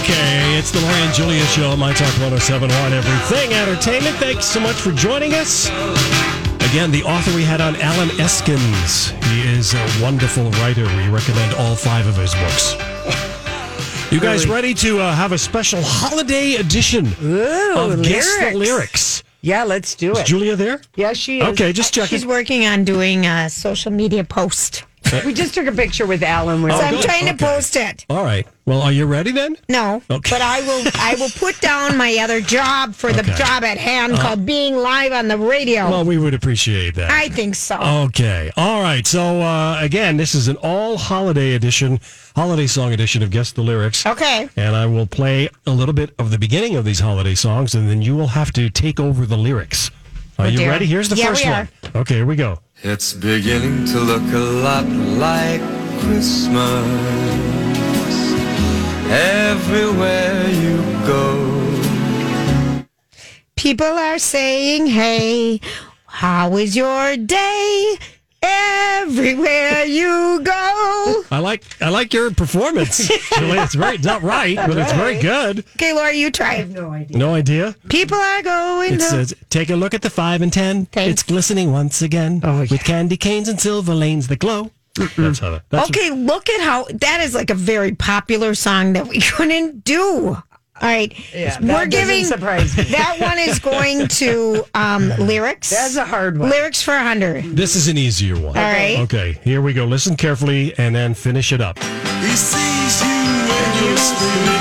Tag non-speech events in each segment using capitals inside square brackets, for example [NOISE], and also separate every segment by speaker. Speaker 1: Okay, it's the Laurie and Julia Show, My Talk 1071, Everything Entertainment. Thanks so much for joining us. Again, the author we had on, Alan Eskins. He is a wonderful writer. We recommend all five of his
Speaker 2: [LAUGHS]
Speaker 1: books. You guys ready to uh, have a special holiday edition of Guess the
Speaker 2: lyrics.
Speaker 1: Lyrics?
Speaker 2: Yeah, let's do
Speaker 1: Is
Speaker 2: it.
Speaker 1: Julia there?
Speaker 2: Yeah, [LAUGHS] she is.
Speaker 1: Okay, just checking.
Speaker 3: She's working on doing a social media post.
Speaker 2: We just took a picture with Alan. We're
Speaker 3: So
Speaker 2: like,
Speaker 3: I'm
Speaker 1: Oh, good.
Speaker 3: trying
Speaker 1: Okay.
Speaker 3: to post it.
Speaker 1: All right. Well, are you ready then?
Speaker 3: No,
Speaker 1: Okay.
Speaker 3: but I will. I will put down my other job for the
Speaker 1: Okay. Uh-huh.
Speaker 3: job at hand called being live on the
Speaker 2: Oh.
Speaker 3: radio.
Speaker 1: Well, oh. we would appreciate that.
Speaker 3: I think so.
Speaker 1: Okay. All right. So uh, again, this is an all holiday edition, holiday song edition of Guess the Lyrics.
Speaker 3: okay.
Speaker 1: And I will play a little bit of the beginning of these holiday songs, and then you will have to take over the lyrics. Are you
Speaker 3: dear.
Speaker 1: ready? Here's the
Speaker 3: Yeah,
Speaker 1: first
Speaker 3: we
Speaker 1: one. Okay, here we go.
Speaker 4: It's beginning to look a lot like Christmas everywhere you go.
Speaker 3: People are saying, "Hey, how is your day?" Everywhere you go.
Speaker 1: I like I like your performance. Julie, it's very it's not right, but it's very good.
Speaker 3: Okay, Laura, you try it.
Speaker 1: No idea.
Speaker 3: People are going
Speaker 1: It
Speaker 3: to
Speaker 1: says, take a look at the five and ten.
Speaker 3: Thanks.
Speaker 1: It's glistening once again
Speaker 2: Oh, yeah.
Speaker 1: with candy canes and silver lanes that glow. That's how that. That's
Speaker 3: Okay, look at how that is like a very popular song that we [LAUGHS] couldn't do. All right.
Speaker 2: yeah,
Speaker 3: We're
Speaker 2: that doesn't
Speaker 3: giving
Speaker 2: surprise me. [LAUGHS]
Speaker 3: that one is going to um, lyrics.
Speaker 2: That's a hard one.
Speaker 3: lyrics for a hundred.
Speaker 1: This is an easier one.
Speaker 3: All right.
Speaker 1: Okay, here we go. Listen carefully and then finish it up.
Speaker 4: He sees you when you're sleeping.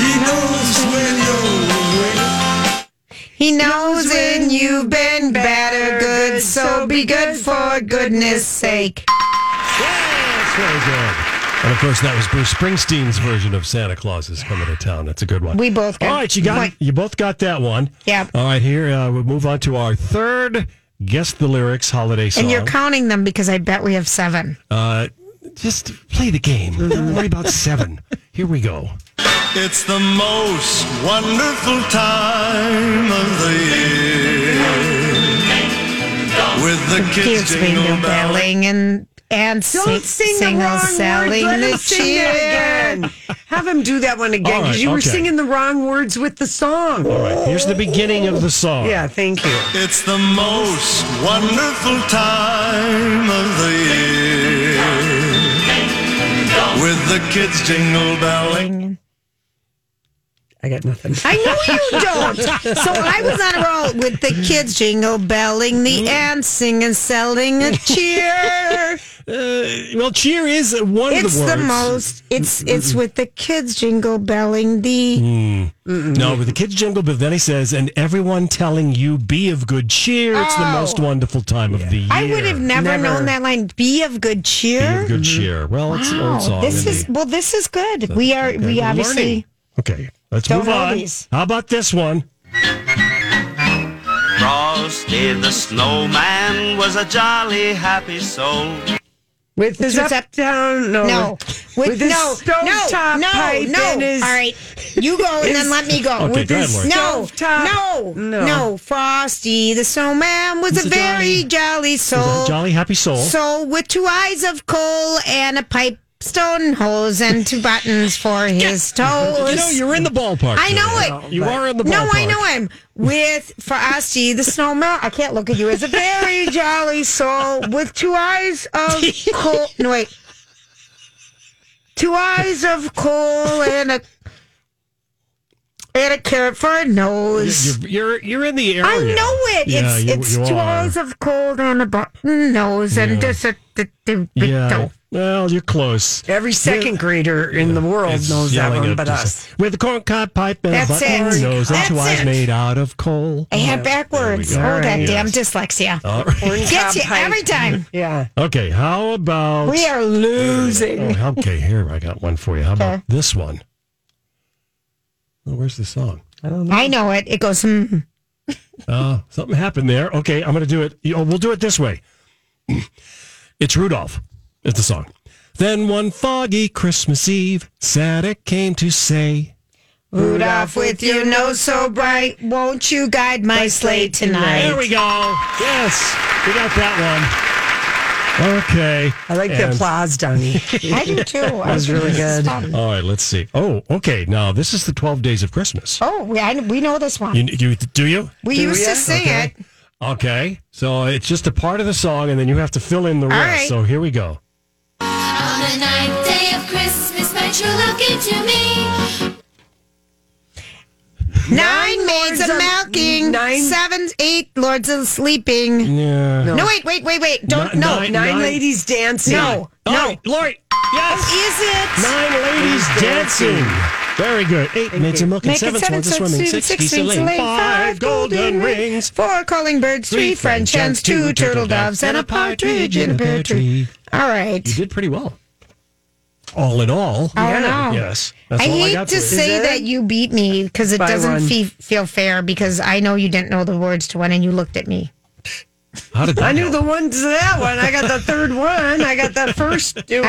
Speaker 4: He knows when you're awake.
Speaker 3: He knows when you've been better good, so be good for goodness sake.
Speaker 1: That's very good. And of course, that was Bruce Springsteen's version of Santa Claus is coming to town. That's a good one.
Speaker 3: We both got
Speaker 1: All right, you got
Speaker 3: one.
Speaker 1: you both got that one.
Speaker 3: Yep.
Speaker 1: All right, here uh, we'll move on to our third guess the lyrics holiday song.
Speaker 3: And you're counting them because I bet we have seven.
Speaker 1: uh, just play the game.
Speaker 3: [LAUGHS]
Speaker 1: Don't worry about seven. Here we go.
Speaker 4: It's the most wonderful time of the year. With the kids
Speaker 3: Kids
Speaker 4: jingle
Speaker 3: jingle
Speaker 4: belling.
Speaker 3: belling and and sing,
Speaker 2: Don't sing the wrong
Speaker 3: selling
Speaker 2: words. Let
Speaker 3: the
Speaker 2: him sing that
Speaker 3: cheer.
Speaker 2: again. Have him do that one again
Speaker 1: All
Speaker 2: because
Speaker 1: right,
Speaker 2: you were
Speaker 1: okay.
Speaker 2: singing the wrong words with the song.
Speaker 1: All right, here's the beginning of the song.
Speaker 2: Yeah, thank you.
Speaker 4: It's the most wonderful time of the year. With the kids jingle belling.
Speaker 2: I got nothing.
Speaker 3: I know you don't. So I was on a roll with the kids jingle belling,
Speaker 1: Mm.
Speaker 3: the ants singing, selling a
Speaker 1: [LAUGHS]
Speaker 3: cheer.
Speaker 1: Uh, well, cheer is one
Speaker 3: It's
Speaker 1: of the
Speaker 3: the
Speaker 1: words. Mm-hmm.
Speaker 3: most. It's it's with the kids jingle belling. The
Speaker 1: No, but the kids jingle, but then he says, and everyone telling you be of good cheer. It's the
Speaker 3: Oh.
Speaker 1: most wonderful time of the year.
Speaker 3: I would have never,
Speaker 2: Never.
Speaker 3: known that line. Be of good
Speaker 1: Be
Speaker 3: cheer.
Speaker 1: of good cheer. Well, it's an
Speaker 3: Wow,
Speaker 1: old song.
Speaker 3: this
Speaker 1: and
Speaker 3: is
Speaker 1: they-
Speaker 3: well. This is good. we are.
Speaker 1: they're
Speaker 3: We obviously.
Speaker 1: learning. Okay, let's
Speaker 3: don't
Speaker 1: move
Speaker 3: know
Speaker 1: on.
Speaker 3: these.
Speaker 1: How about this one?
Speaker 5: Frosty the snowman was a jolly happy soul.
Speaker 2: With
Speaker 3: This
Speaker 2: this
Speaker 3: is
Speaker 2: up,
Speaker 3: up-
Speaker 2: down, no.
Speaker 3: No, with,
Speaker 2: With his
Speaker 3: no, no,
Speaker 2: stovetop
Speaker 3: no,
Speaker 2: pipe
Speaker 3: no.
Speaker 2: and his-
Speaker 3: All right, you go and
Speaker 2: his-
Speaker 3: then let me go.
Speaker 1: Okay,
Speaker 2: With
Speaker 1: go ahead,
Speaker 2: his
Speaker 1: Lori.
Speaker 3: No,
Speaker 2: stovetop-
Speaker 3: no,
Speaker 2: no.
Speaker 3: no, Frosty the snowman was
Speaker 1: It's
Speaker 3: a
Speaker 1: a
Speaker 3: very jolly,
Speaker 1: Is that
Speaker 3: soul.
Speaker 1: Jolly happy soul.
Speaker 3: soul with two eyes of coal and a pipe stone hose and two buttons for his toes.
Speaker 1: You know, you're in the ballpark.
Speaker 3: I know
Speaker 1: Julia.
Speaker 3: it.
Speaker 1: You are in the ballpark.
Speaker 3: No, I know I'm with Frosty the Snowman. I can't look at you. It's
Speaker 1: [LAUGHS]
Speaker 3: a very jolly soul with two eyes of coal. No wait, two eyes of coal and a and a carrot for a nose.
Speaker 1: You're, you're, you're in the area.
Speaker 3: I know it.
Speaker 1: Yeah,
Speaker 3: it's
Speaker 1: you-
Speaker 3: it's
Speaker 1: you
Speaker 3: two
Speaker 1: are.
Speaker 3: eyes of cold and a button nose and just a d- d- big
Speaker 1: Yeah.
Speaker 3: toe.
Speaker 1: Well, you're close.
Speaker 2: Every second grader in the world
Speaker 1: It's
Speaker 2: knows that
Speaker 1: yelling
Speaker 2: one
Speaker 1: at
Speaker 2: but
Speaker 1: just-
Speaker 2: us.
Speaker 1: With a corncob pipe and
Speaker 3: That's
Speaker 1: a button
Speaker 3: it.
Speaker 1: nose and two
Speaker 3: That's
Speaker 1: eyes
Speaker 3: it.
Speaker 1: made out of coal.
Speaker 3: I had backwards. Oh,
Speaker 1: go.
Speaker 3: that
Speaker 1: Yes. Oh.
Speaker 3: damn dyslexia.
Speaker 1: All right.
Speaker 3: Gets you every time.
Speaker 2: Yeah.
Speaker 1: Okay, how about
Speaker 3: We are losing.
Speaker 1: Oh, okay, here I got one for you. How about this one? Oh, where's the song?
Speaker 3: I know it. It goes, hmm.
Speaker 1: Uh, something happened there. Okay, I'm going to do it. You know, we'll do it this way. [CLEARS THROAT] It's Rudolph. It's the song. Then one foggy Christmas Eve, Santa came to say,
Speaker 3: Rudolph with your nose so bright, won't you guide my sleigh
Speaker 1: "There
Speaker 3: tonight?
Speaker 1: we go. Yes, we got that one." Okay.
Speaker 2: I like the
Speaker 1: And-
Speaker 2: applause, Donnie.
Speaker 3: I do [LAUGHS] too. I
Speaker 2: was
Speaker 1: [LAUGHS]
Speaker 2: really good.
Speaker 1: All right, let's see. Oh, okay. Now this is the 12 days of Christmas.
Speaker 3: Oh, we, I, we know this one.
Speaker 1: You, you do you?
Speaker 3: we used to sing
Speaker 1: Okay.
Speaker 3: it.
Speaker 1: Okay. So it's just a part of the song, and then you have to fill in the rest.
Speaker 3: right.
Speaker 1: So here we go.
Speaker 6: On the ninth day of Christmas, my true love gave to me.
Speaker 3: Nine maids of milking,
Speaker 2: nine-
Speaker 3: seven, eight lords of sleeping.
Speaker 1: Yeah.
Speaker 3: No, wait, wait, wait, wait. Don't,
Speaker 1: Ni-
Speaker 3: no.
Speaker 1: nine-
Speaker 2: Nine
Speaker 1: Nine-
Speaker 2: ladies dancing.
Speaker 3: No.
Speaker 1: All right, Lori. Yes.
Speaker 3: Is it?
Speaker 1: Nine ladies dancing. Very good. Eight maids of milk and
Speaker 3: Make
Speaker 1: seven
Speaker 3: it seven
Speaker 1: swans a
Speaker 3: six,
Speaker 1: swimming.
Speaker 3: six,
Speaker 1: Six
Speaker 3: six
Speaker 1: geese a
Speaker 3: rings
Speaker 1: laying.
Speaker 3: a laying,
Speaker 1: Five golden rings.
Speaker 3: four calling birds, three French hens, two turtle doves, and a partridge in a pear tree. All right.
Speaker 1: You did pretty well. All in all.
Speaker 3: Oh, no.
Speaker 1: Yes. That's
Speaker 3: I
Speaker 1: all I
Speaker 3: hate
Speaker 1: got
Speaker 3: to
Speaker 1: for you.
Speaker 3: say that you beat me because it
Speaker 2: By one.
Speaker 3: doesn't fe- feel fair because I know you didn't know the words to one and you looked at me.
Speaker 1: How did that
Speaker 2: I knew
Speaker 1: go?
Speaker 2: the one to that one. I got
Speaker 3: [LAUGHS]
Speaker 2: the third one. I got the first. We got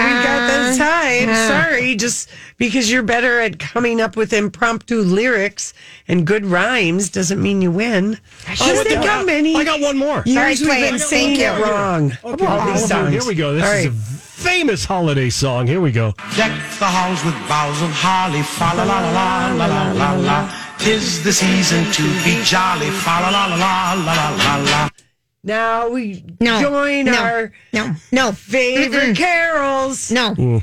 Speaker 3: Uh,
Speaker 2: the time. Sorry, just because you're better at coming up with impromptu lyrics and good rhymes doesn't mean you win.
Speaker 3: should've
Speaker 2: Just think
Speaker 3: done
Speaker 2: how many
Speaker 1: I got one more.
Speaker 3: All right,
Speaker 2: years we've
Speaker 3: play
Speaker 2: been
Speaker 3: it.
Speaker 2: saying
Speaker 3: Thank
Speaker 2: it
Speaker 3: you.
Speaker 2: wrong.
Speaker 1: Okay,
Speaker 2: All these
Speaker 1: Oliver,
Speaker 2: songs.
Speaker 1: Here we go. This
Speaker 2: All
Speaker 1: is a
Speaker 2: right.
Speaker 1: famous holiday song. Here we go.
Speaker 4: Deck the halls with boughs of holly, fa la la la la la la la. Tis the season to be jolly, fa la la la la la la la.
Speaker 2: Now we
Speaker 3: No.
Speaker 2: join
Speaker 3: no,
Speaker 2: our
Speaker 3: no, no,
Speaker 2: favorite carols.
Speaker 3: no.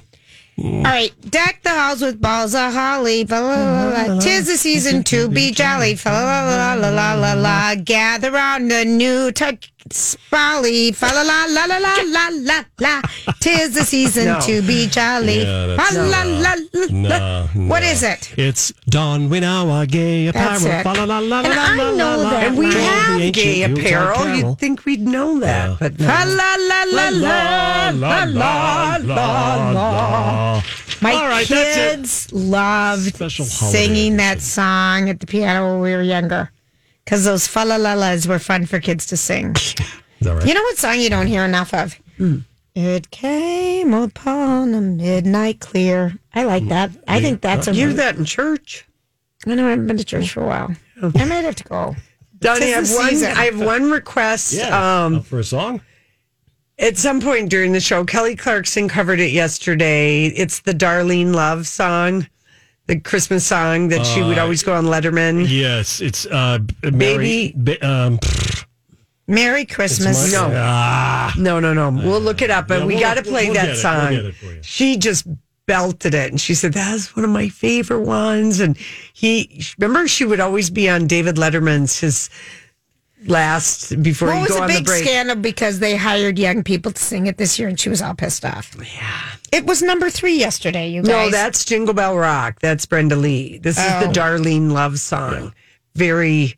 Speaker 3: All right, deck the halls with balls of holly. Fa la la la la. Tis the season to be jolly. Fa la la la la la la la. Gather round the new touch spolly. Fa la la la la la la la la. Tis the season
Speaker 2: No.
Speaker 3: to be jolly.
Speaker 1: Yeah,
Speaker 3: Fa
Speaker 1: that's-
Speaker 3: la la la la.
Speaker 1: No,
Speaker 3: What
Speaker 1: no.
Speaker 3: is it?
Speaker 1: It's Don Winawa Gay
Speaker 3: That's
Speaker 1: Apparel.
Speaker 3: it.
Speaker 1: Fa la la la
Speaker 3: And
Speaker 1: la
Speaker 3: I
Speaker 1: la
Speaker 3: know
Speaker 1: la.
Speaker 3: that
Speaker 2: And we
Speaker 3: Well,
Speaker 2: have gay
Speaker 1: Ancient
Speaker 2: apparel.
Speaker 1: Yuletide
Speaker 2: You'd think we'd know that,
Speaker 1: Yeah.
Speaker 2: but
Speaker 3: Fa
Speaker 2: no.
Speaker 3: la la la la la la la la. My
Speaker 1: All right, that's it.
Speaker 3: kids loved
Speaker 1: Special holiday
Speaker 3: singing that song at the piano when we were younger because those fa la la las were fun for kids to sing.
Speaker 1: Is that right?
Speaker 3: You know what song you don't hear enough of?
Speaker 1: Hmm.
Speaker 3: It came upon a midnight clear. I like that. I think that's a.
Speaker 2: You hear that in church?
Speaker 3: I know I haven't been to church for a while. I might have to go.
Speaker 2: Donnie,
Speaker 3: Tis
Speaker 2: I have
Speaker 3: the
Speaker 2: one.
Speaker 3: season.
Speaker 2: I have one request.
Speaker 1: yeah.
Speaker 2: Um,
Speaker 1: Up for a song?
Speaker 2: at some point during the show, Kelly Clarkson covered it yesterday. It's the Darlene Love song, the Christmas song that she
Speaker 1: Uh,
Speaker 2: would always go on Letterman.
Speaker 1: Yes, it's uh, Mary,
Speaker 2: Baby.
Speaker 1: Ba- um, pfft,
Speaker 3: Merry Christmas.
Speaker 2: No.
Speaker 1: ah,
Speaker 2: No, no, no. We'll look it up, but
Speaker 1: yeah,
Speaker 2: we
Speaker 1: we'll-
Speaker 2: got to play
Speaker 1: we'll
Speaker 2: that
Speaker 1: get it. We'll
Speaker 2: song.
Speaker 1: get it for you.
Speaker 2: She just belted it, and she said that's one of my favorite ones. And he remember she would always be on David Letterman's his last before
Speaker 3: What
Speaker 2: he
Speaker 3: was
Speaker 2: go
Speaker 3: a
Speaker 2: on the
Speaker 3: big
Speaker 2: break.
Speaker 3: scandal because they hired young people to sing it this year and she was all pissed off. Yeah. It was number three yesterday, you guys.
Speaker 2: No, that's Jingle Bell Rock. That's Brenda Lee. This is
Speaker 3: Oh.
Speaker 2: the Darlene Love song. Very.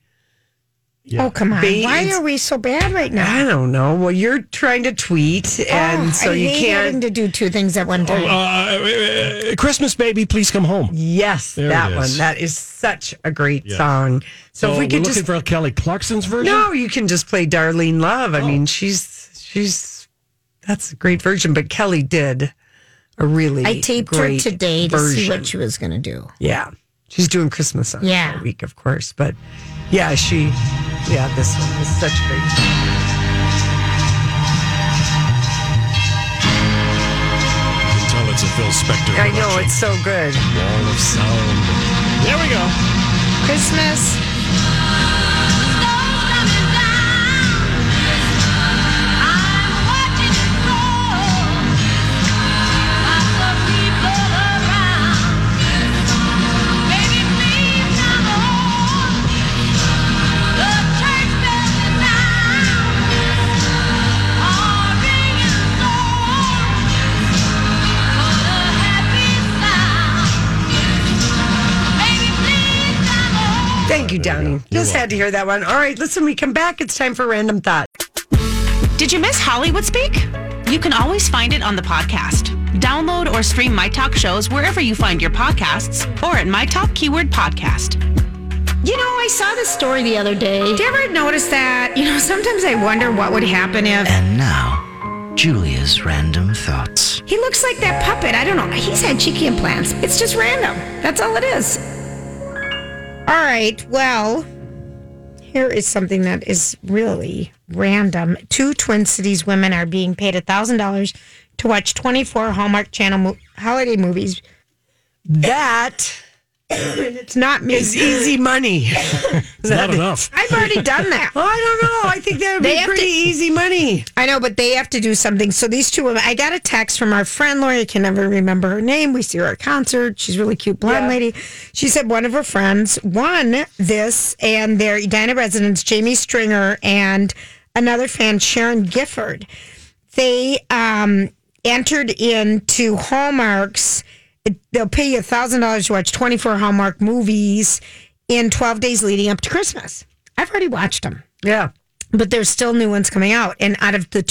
Speaker 3: Oh, come on.
Speaker 2: Ba-
Speaker 3: Why
Speaker 2: it's-
Speaker 3: are we so bad right now?
Speaker 2: I don't know. Well, you're trying to tweet, and
Speaker 3: Oh,
Speaker 2: so
Speaker 3: I
Speaker 2: you
Speaker 3: hate having
Speaker 2: can't.
Speaker 3: to do two things at one time.
Speaker 1: uh, uh, Christmas Baby, please come home.
Speaker 2: Yes,
Speaker 1: There
Speaker 2: that
Speaker 1: it
Speaker 2: one.
Speaker 1: is.
Speaker 2: That is such a great song. So,
Speaker 1: So
Speaker 2: if we
Speaker 1: are
Speaker 2: could
Speaker 1: looking
Speaker 2: just
Speaker 1: for Oh. Kelly Clarkson's version.
Speaker 2: no, you can just play Darlene Love. I mean, she's she's that's a great version. But Kelly did a really
Speaker 3: I taped her
Speaker 2: Oh, great
Speaker 3: today to
Speaker 2: version.
Speaker 3: see what she was going to do.
Speaker 2: Yeah, she's doing Christmas songs
Speaker 3: Yeah.
Speaker 2: that week, of course. But yeah, she yeah this one is such a great. Song.
Speaker 1: You can tell it's It's a Phil Spector.
Speaker 2: I know,
Speaker 1: production.
Speaker 2: it's so good.
Speaker 1: Wall of Sound. There we go.
Speaker 3: Christmas.
Speaker 2: Thank you, Donnie. Just had to hear that one. All right, listen, we come back. It's time for Random Thought.
Speaker 7: Did you miss Hollywood Speak? You can always find it on the podcast. Download or stream My Talk shows wherever you find your podcasts or at My Talk Keyword Podcast.
Speaker 3: You know, I saw this story the other day. Did you ever notice that? You know, sometimes I wonder what would happen if
Speaker 8: And now, Julia's random thoughts.
Speaker 3: he looks like that puppet. I don't know. He's had cheeky implants. It's just random. That's all it is. All right. Well, here is something that is really random. Two Twin Cities women are being paid $1,000 to watch 24 Hallmark Channel mo- holiday movies.
Speaker 2: That
Speaker 3: It's not me.
Speaker 2: is easy money.
Speaker 1: Not enough.
Speaker 3: I've already done
Speaker 2: [LAUGHS]
Speaker 3: that.
Speaker 2: Well, I don't know. Oh, I think that would
Speaker 3: They
Speaker 2: be
Speaker 3: have
Speaker 2: pretty
Speaker 3: to-
Speaker 2: easy money.
Speaker 3: I know, but they have to do something. So these two women, I got a text from our friend Lori. I can never remember her name. We see her at concert. She's really cute, blonde lady. She said one of her friends won this, and their Edina residents, Jamie Stringer and another fan, Sharon Gifford, they um, entered into Hallmark's. it- They'll pay you thousand dollars to watch twenty four Hallmark movies in twelve days leading up to Christmas. I've already watched them
Speaker 2: Yeah.
Speaker 3: but there's still new ones coming out. And out of the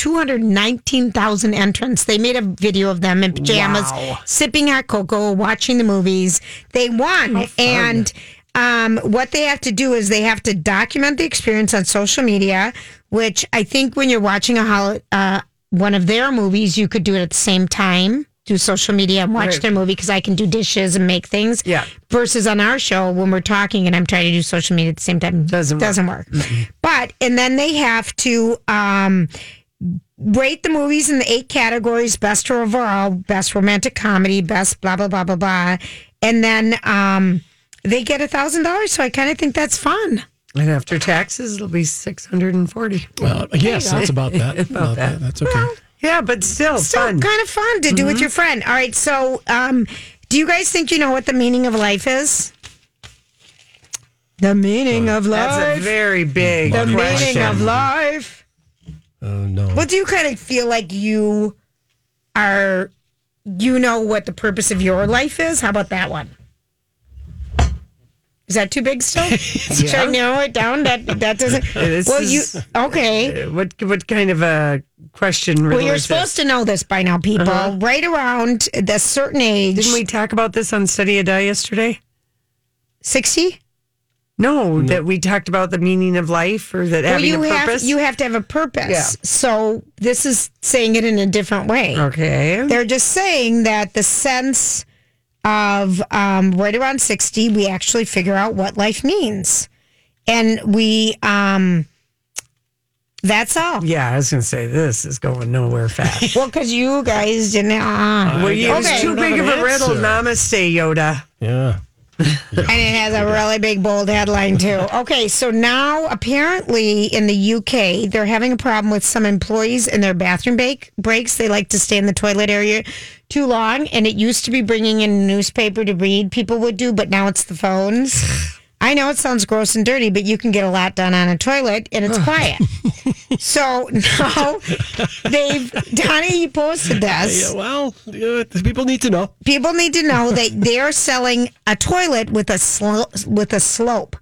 Speaker 3: 219,000 entrants, they made a video of them in pajamas, sipping hot cocoa, watching the movies. They won. And um, what they have to do is they have to document the experience on social media, which I think when you're watching a hol- uh, one of their movies, you could do it at the same time. Do social media and watch
Speaker 2: Right.
Speaker 3: their movie because I can do dishes and make things.
Speaker 2: Yeah.
Speaker 3: Versus on our show when we're talking and I'm trying to do social media at the same time
Speaker 2: Doesn't work.
Speaker 3: doesn't work. But and then they have to um, rate the movies in the eight categories: best overall, best romantic comedy, best blah blah blah blah blah, and then um, they get a thousand dollars. So I kind of think that's fun.
Speaker 2: And after taxes, it'll be 640.
Speaker 1: Well, yes, that's about
Speaker 2: [LAUGHS]
Speaker 1: that. about that. That's okay.
Speaker 2: Yeah, but still,
Speaker 3: So
Speaker 2: fun.
Speaker 3: kind of fun Mm-hmm. to do with your friend. All right, so um, do you guys think you know what the meaning of life is? The meaning of
Speaker 2: That's a
Speaker 3: life.
Speaker 2: very big
Speaker 3: The meaning
Speaker 2: question.
Speaker 3: of life.
Speaker 1: Oh no.
Speaker 3: Well, do you kind of feel like you are, you know what the purpose of your life is? How about that one? Is that too big
Speaker 2: [LAUGHS]
Speaker 3: still? Should I narrow it down? That that doesn't.
Speaker 2: This
Speaker 3: well,
Speaker 2: is-
Speaker 3: you okay?
Speaker 2: What what kind of a question?
Speaker 3: Well, you're supposed to know this by now, people. Right around the certain age,
Speaker 2: Uh-huh. Didn't we talk about this on Study a Die yesterday?
Speaker 3: sixty.
Speaker 2: No, that we talked about the meaning of life or that having
Speaker 3: you
Speaker 2: a
Speaker 3: have
Speaker 2: purpose.
Speaker 3: you have to have a purpose.
Speaker 2: Yeah.
Speaker 3: So this is saying it in a different way.
Speaker 2: okay.
Speaker 3: They're just saying that the sense of um, right around 60, we actually figure out what life means. And we, um, that's all.
Speaker 2: Yeah, I was going to say this is going nowhere
Speaker 3: [LAUGHS]
Speaker 2: fast.
Speaker 3: Well, because you guys didn't. Uh,
Speaker 2: well, you,
Speaker 3: Okay.
Speaker 2: it's too
Speaker 1: don't have
Speaker 2: big of
Speaker 1: an
Speaker 2: a riddle.
Speaker 1: answer.
Speaker 2: Namaste, Yoda.
Speaker 1: yeah.
Speaker 3: and it has a really big bold headline too. Okay, so now apparently in the UK they're having a problem with some employees in their bathroom break breaks. They like to stay in the toilet area too long, and it used to be bringing in a newspaper to read. People would do, but now it's the phones. I know it sounds gross and dirty, but you can get a lot done on a toilet, and it's quiet. so now they've Donnie, you posted this
Speaker 1: Yeah. Well, yeah, people need to know.
Speaker 3: people need to know that they're selling a toilet with a slope with a slope.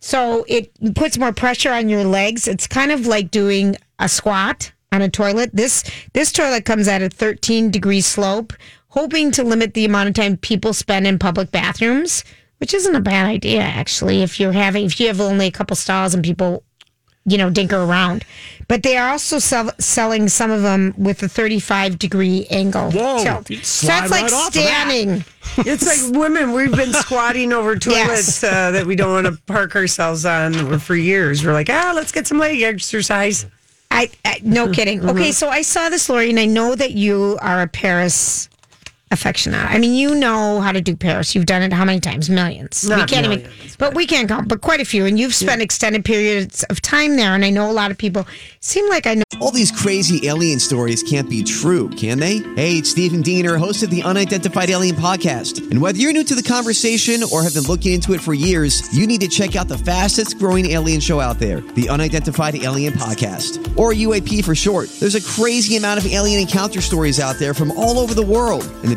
Speaker 3: So it puts more pressure on your legs. It's kind of like doing a squat on a toilet. This this toilet comes at a 13 degree slope, hoping to limit the amount of time people spend in public bathrooms, which isn't a bad idea actually if you're having if you have only a couple stalls and people you know, dinker around. But they are also sell, selling some of them with a 35 degree angle.
Speaker 1: Whoa,
Speaker 3: tilt.
Speaker 1: you'd
Speaker 3: So
Speaker 1: slide
Speaker 3: that's like
Speaker 1: right off of that.
Speaker 3: standing.
Speaker 2: It's
Speaker 3: [LAUGHS]
Speaker 2: like women, we've been squatting over
Speaker 3: Yes.
Speaker 2: toilets uh, that we don't want to park ourselves on for years. We're like, ah, let's get some leg exercise.
Speaker 1: [LAUGHS] Mm-hmm.
Speaker 3: I, I no kidding. Okay, so I saw this, Lori, and I know that you are a Paris affectionate. I mean, you know how to do Paris. You've done it how many times? Millions. we
Speaker 2: Not
Speaker 3: can't even,
Speaker 2: millions,
Speaker 3: but we can't count. But quite a few, and you've spent extended periods of time there. And I know a lot of people seem like I know.
Speaker 9: All these crazy alien stories can't be true, can they? Hey, it's Stephen Diener, host of the Unidentified Alien Podcast. And whether you're new to the conversation or have been looking into it for years, you need to check out the fastest growing alien show out there, the Unidentified Alien Podcast, or UAP for short. There's a crazy amount of alien encounter stories out there from all over the world. And the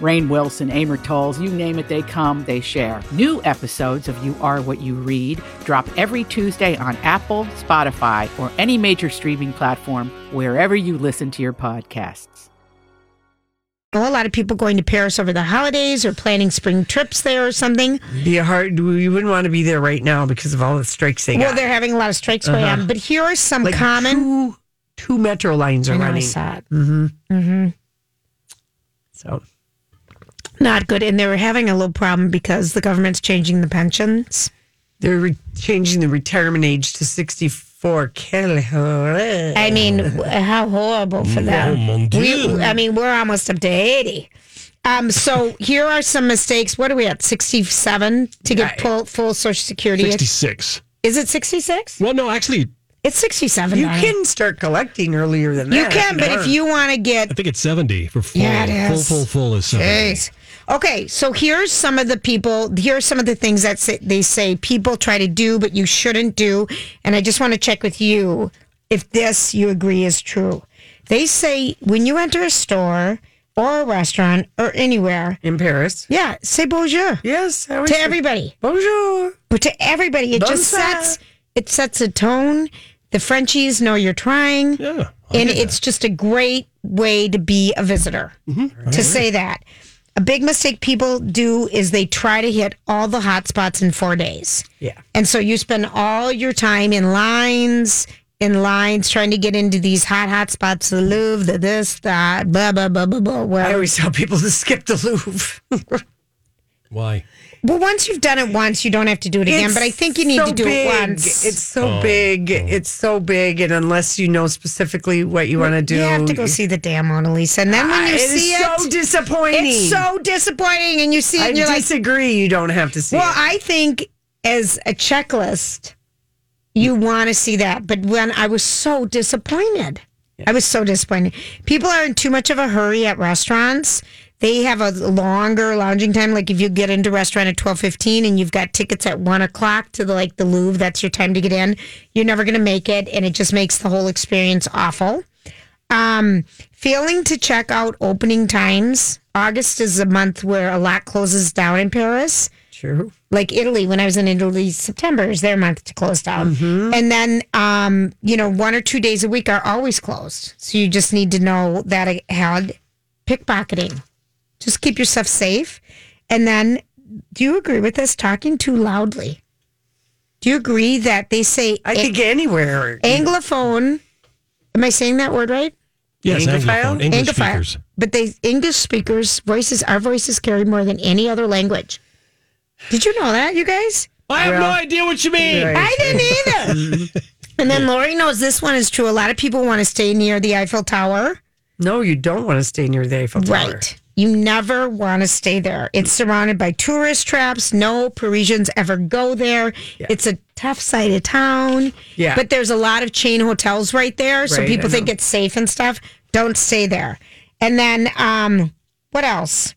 Speaker 10: Rain Wilson, Amor Tolls, you name it, they come, they share. New episodes of You Are What You Read drop every Tuesday on Apple, Spotify, or any major streaming platform wherever you listen to your podcasts.
Speaker 3: know a lot of people going to Paris over the holidays or planning spring trips there or something.
Speaker 2: Be a hard. You wouldn't want to be there right now because of all the strikes they
Speaker 3: Well,
Speaker 2: got.
Speaker 3: they're having a lot of strikes going
Speaker 2: Uh-huh.
Speaker 3: on. But here are some
Speaker 2: Like
Speaker 3: common.
Speaker 2: two, two metro lines are
Speaker 3: I know, I
Speaker 2: running.
Speaker 3: saw it.
Speaker 2: hmm
Speaker 3: Mm-hmm.
Speaker 2: So
Speaker 3: Not good. And they were having a little problem because the government's changing the pensions.
Speaker 2: they're re- changing the retirement age to sixty-four. I
Speaker 3: I mean, w- how horrible for
Speaker 1: Oh,
Speaker 3: them.
Speaker 1: mon Dieu.
Speaker 3: We, I mean, we're almost up to 80. Um, so here are some mistakes. What are we at? 67 to get full, full Social Security?
Speaker 1: 66.
Speaker 3: Is it 66?
Speaker 1: Well, no, actually,
Speaker 3: It's 67.
Speaker 2: You
Speaker 3: darling.
Speaker 2: can start collecting earlier than that.
Speaker 3: You can, but if you want to
Speaker 1: I
Speaker 3: get.
Speaker 1: think it's 70 for full.
Speaker 3: Yeah, it is.
Speaker 1: Full, full, full is 70.
Speaker 3: Jeez. Okay, so here's some of the people. Here's some of the things that say, they say people try to do, but you shouldn't do. And I just want to check with you if this you agree is true. They say when you enter a store or a restaurant or anywhere,
Speaker 2: in Paris.
Speaker 3: yeah, say bonjour
Speaker 2: Yes, I was
Speaker 3: to everybody.
Speaker 2: bonjour.
Speaker 3: But to everybody, it just
Speaker 2: Bonsoir.
Speaker 3: sets it sets a tone. The Frenchies know you're trying
Speaker 1: Yeah. I
Speaker 3: and
Speaker 1: get
Speaker 3: it's just a great way to be a visitor
Speaker 2: Mm-hmm.
Speaker 3: to say that a big mistake people do is they try to hit all the hot spots in four days
Speaker 2: Yeah.
Speaker 3: and so you spend all your time in lines in lines trying to get into these hot hot spots the louvre the this that blah blah blah blah blah
Speaker 2: I
Speaker 3: whatever.
Speaker 2: always tell people to skip the Louvre.
Speaker 1: that. Why?
Speaker 3: well once you've done it once you don't have to do it again but i
Speaker 2: It's
Speaker 3: think you need
Speaker 2: so
Speaker 3: to do
Speaker 2: big.
Speaker 3: it once
Speaker 2: It's so big. It's so big, and unless you know specifically what you want to do,
Speaker 3: you have to go see the damn mona lisa and then when you
Speaker 2: Ah, It is
Speaker 3: see
Speaker 2: so
Speaker 3: it
Speaker 2: disappointing.
Speaker 3: it's so disappointing and you see it
Speaker 2: I
Speaker 3: and you're like
Speaker 2: disagree. you don't have to see.
Speaker 3: Well, I
Speaker 2: it.
Speaker 3: think as a checklist, you want to see that. But when I was so disappointed, I was so disappointed. People are in too much of a hurry at restaurants. They have a longer lounging time. Like if you get into restaurant at twelve fifteen and you've got tickets at one o'clock to the like the Louvre, that's your time to get in. You're never going to make it, and it just makes the whole experience awful. Um, failing to check out opening times. August is a month where a lot closes down in Paris
Speaker 2: True.
Speaker 3: like Italy when I was in Italy, September is their month to close down.
Speaker 2: Mm-hmm.
Speaker 3: And then, um, you know, one or two days a week are always closed. So you just need to know that ahead. Pickpocketing. Just keep yourself safe. And then, do you agree with this? Talking too loudly. Do you agree that they say
Speaker 2: I
Speaker 3: a-
Speaker 2: think anywhere.
Speaker 3: anglophone? Am I saying that word right?
Speaker 1: Yes,
Speaker 2: Anglophile?
Speaker 1: Anglophone. English
Speaker 3: Anglophile.
Speaker 1: speakers.
Speaker 3: But they English speakers voices our voices carry more than any other language. Did you know that, you guys?
Speaker 1: I have no idea what you mean.
Speaker 2: Right.
Speaker 3: I
Speaker 2: [LAUGHS]
Speaker 3: didn't either.
Speaker 2: Mm-hmm.
Speaker 3: and then Lori knows this one is true. A lot of people want to stay near the Eiffel Tower.
Speaker 2: No, you don't want to stay near the Eiffel Tower. Mm.
Speaker 3: Right. You never want to stay there. It's surrounded by tourist traps. No Parisians ever go there. It's a tough side of town.
Speaker 2: Yeah.
Speaker 3: But there's a lot of chain hotels right there. So
Speaker 2: Right,
Speaker 3: people
Speaker 2: I
Speaker 3: think
Speaker 2: know.
Speaker 3: it's safe and stuff. Don't stay there. And then um, what else?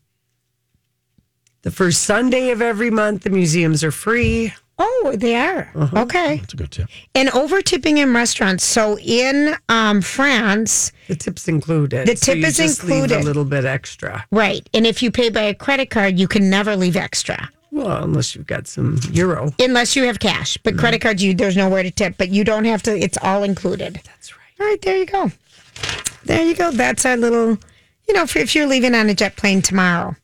Speaker 2: The first Sunday of every month, the museums are free.
Speaker 3: Oh, they are.
Speaker 2: Uh-huh.
Speaker 3: Okay.
Speaker 1: That's a good tip.
Speaker 3: And over tipping in restaurants. So in um, France,
Speaker 2: The tip's included.
Speaker 3: The
Speaker 2: so
Speaker 3: tip
Speaker 2: you
Speaker 3: is
Speaker 2: just leave
Speaker 3: included.
Speaker 2: a little bit extra.
Speaker 3: Right. And if you pay by a credit card, you can never leave extra
Speaker 2: Well, unless you've got some euro.
Speaker 3: unless you have cash. But credit
Speaker 2: Mm-hmm.
Speaker 3: cards, you there's nowhere to tip, but you don't have to. It's all included.
Speaker 2: That's right.
Speaker 3: All right, there you go. There you go. That's our little, you know, if, if you're leaving on a jet plane tomorrow.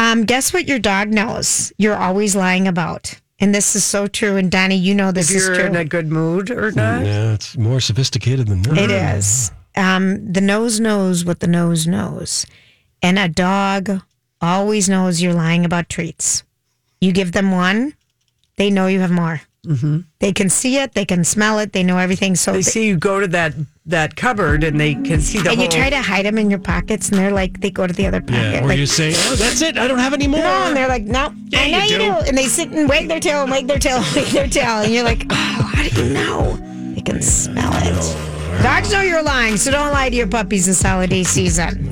Speaker 3: Um, guess what your dog knows? You're always lying about. And this is so true. And Donnie, you know this
Speaker 2: if you're
Speaker 3: is true.
Speaker 2: in a good mood or not.
Speaker 1: Yeah, it's more sophisticated than that.
Speaker 3: It
Speaker 2: Mm.
Speaker 3: is. Um, the nose knows what the nose knows. And a dog always knows you're lying about treats. You give them one, they know you have more. Mm-hmm. They can see it, they can smell it, they know everything. So
Speaker 2: They see you go to that that cupboard and they can see the
Speaker 3: and
Speaker 2: whole.
Speaker 3: you try to hide them in your pockets, and they're like, they go to the other pocket.
Speaker 1: Yeah, where
Speaker 3: like,
Speaker 1: you say, oh, that's it. I don't have any more.
Speaker 3: No, and they're like, no,
Speaker 1: Yeah,
Speaker 3: I
Speaker 1: you
Speaker 3: know you
Speaker 1: do.
Speaker 3: do. And they sit and wag their tail and wag their tail and wag their tail. And you're like, oh, how do you know? They can smell it. Dogs know you're lying, so don't lie to your puppies this holiday season.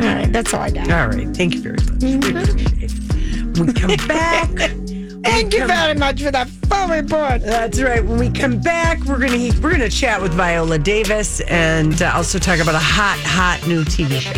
Speaker 3: All right, that's all I got.
Speaker 2: All right, thank you very much.
Speaker 3: Mm-hmm.
Speaker 2: We appreciate it. When
Speaker 3: [LAUGHS]
Speaker 2: we come back.
Speaker 3: Thank you very much for that full report.
Speaker 2: That's right. When we come back, we're gonna we're gonna chat with Viola Davis and uh, also talk about a hot hot new TV show.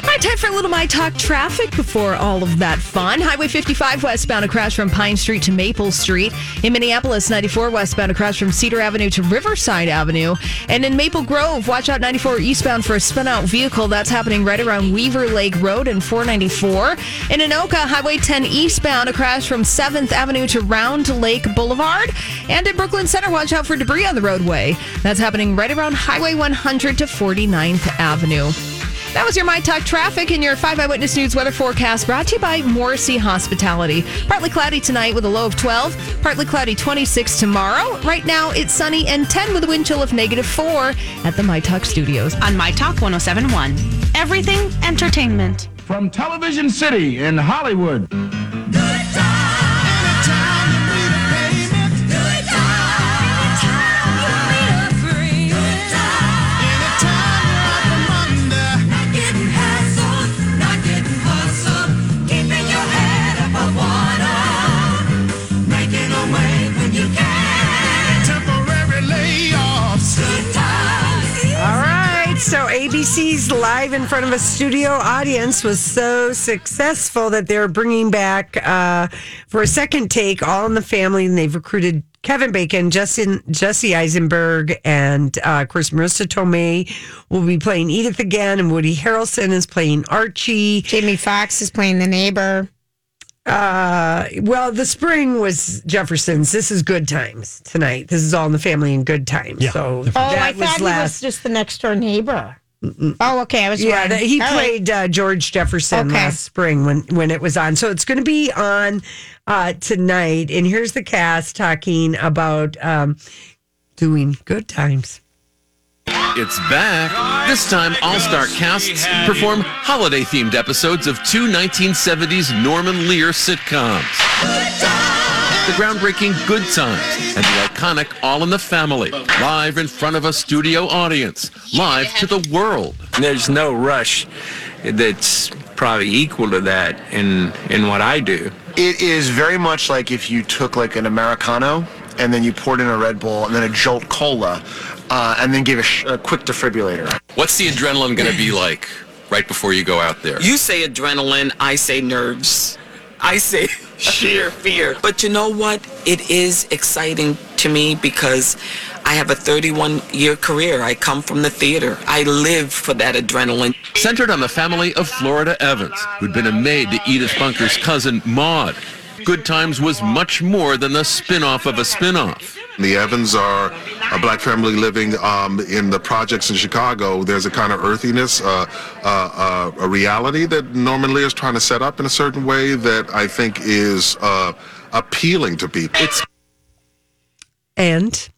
Speaker 11: All right, time for a little My Talk traffic before all of that fun. Highway 55 westbound, a crash from Pine Street to Maple Street. In Minneapolis, 94 westbound, a crash from Cedar Avenue to Riverside Avenue. And in Maple Grove, watch out 94 eastbound for a spin out vehicle. That's happening right around Weaver Lake Road and 494. In Anoka, Highway 10 eastbound, a crash from 7th Avenue to Round Lake Boulevard. And in Brooklyn Center, watch out for debris on the roadway. That's happening right around Highway 100 to 49th Avenue. That was your My Talk traffic and your five eyewitness news weather forecast brought to you by Morrissey Hospitality. Partly cloudy tonight with a low of 12, partly cloudy 26 tomorrow. Right now it's sunny and 10 with a wind chill of negative 4 at the My Talk studios.
Speaker 7: On My Talk 1071, everything entertainment.
Speaker 12: From Television City in Hollywood.
Speaker 2: All right. So ABC's live in front of a studio audience was so successful that they're bringing back uh, for a second take All in the Family, and they've recruited Kevin Bacon, Justin Jesse Eisenberg, and uh, of course Marissa Tomei will be playing Edith again, and Woody Harrelson is playing Archie.
Speaker 3: Jamie Foxx is playing the neighbor.
Speaker 2: Uh, well, the spring was Jefferson's. This is Good Times tonight. This is All in the Family and Good Times. So
Speaker 3: Oh, I thought he was just the next door neighbor. Oh, okay. I was
Speaker 2: yeah,
Speaker 3: wrong.
Speaker 2: that- he
Speaker 3: All right.
Speaker 2: played uh, George Jefferson
Speaker 3: Okay.
Speaker 2: last spring when when it was on. So it's going to be on uh, tonight. And here's the cast talking about um, doing good times.
Speaker 13: It's back. This time, all star casts perform holiday themed episodes of two 1970s Norman Lear sitcoms the groundbreaking Good Times and the iconic All in the Family, live in front of a studio audience, live to the world.
Speaker 14: There's no rush that's probably equal to that in in what I do.
Speaker 15: It is very much like if you took like an Americano and then you poured in a Red Bull and then a Jolt Cola uh, and then gave a, sh- a quick defibrillator.
Speaker 13: What's the adrenaline going to be like right before you go out there?
Speaker 16: You say adrenaline, I say nerves. I say [LAUGHS] sheer fear. But you know what? It is exciting to me because I have a 31 year career. I come from the theater. I live for that adrenaline.
Speaker 13: centered on the family of Florida Evans, who'd been a maid to Edith Bunker's cousin Maud. Good Times was much more than the spin-off of a spin-off.
Speaker 17: The Evans are a black family living um, in the projects in Chicago. There's a kind of earthiness, uh, uh, uh, a reality that Norman Lear is trying to set up in a certain way that I think is uh, appealing to people. It's
Speaker 2: And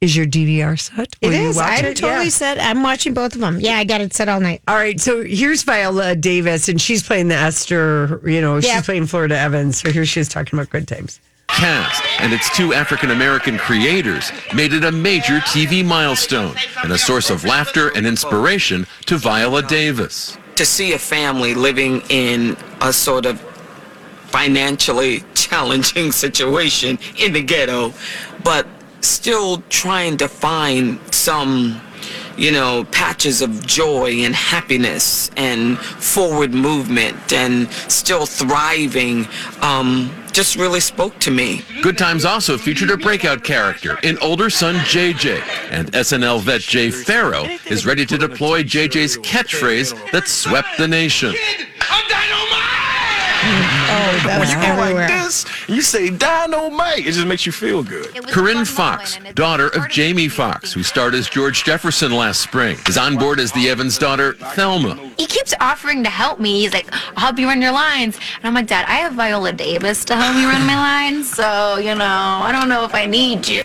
Speaker 2: is your DVR set?
Speaker 3: It
Speaker 2: Will you
Speaker 3: is.
Speaker 2: watch
Speaker 3: I
Speaker 2: it?
Speaker 3: totally
Speaker 2: Yeah.
Speaker 3: said I'm watching both of them. Yeah, I got it set all night.
Speaker 2: All right, so here's Viola Davis, and she's playing the Esther. You know,
Speaker 3: Yeah.
Speaker 2: she's playing Florida Evans. So here she is talking about good times.
Speaker 13: Cast and its two African American creators made it a major TV milestone and a source of laughter and inspiration to Viola Davis.
Speaker 16: To see a family living in a sort of financially [LAUGHS] challenging situation in the ghetto, but still trying to find some, you know, patches of joy and happiness and forward movement and still thriving um, just really spoke to me.
Speaker 13: Good Times also featured a breakout character in older son JJ, and SNL vet Jay Farrow is ready to deploy JJ's catchphrase that swept the nation.
Speaker 2: Oh,
Speaker 14: when
Speaker 2: that's
Speaker 14: you go
Speaker 2: everywhere.
Speaker 14: like this, and you say dynamite. It just makes you feel good.
Speaker 13: Corinne Fox, daughter of Jamie Fox, who starred as George Jefferson last spring, is on board as the Evans' daughter, Thelma.
Speaker 18: He keeps offering to help me. He's like, I'll help you run your lines. And I'm like, Dad, I have Viola Davis to help me run my lines. So, you know, I don't know if I need you.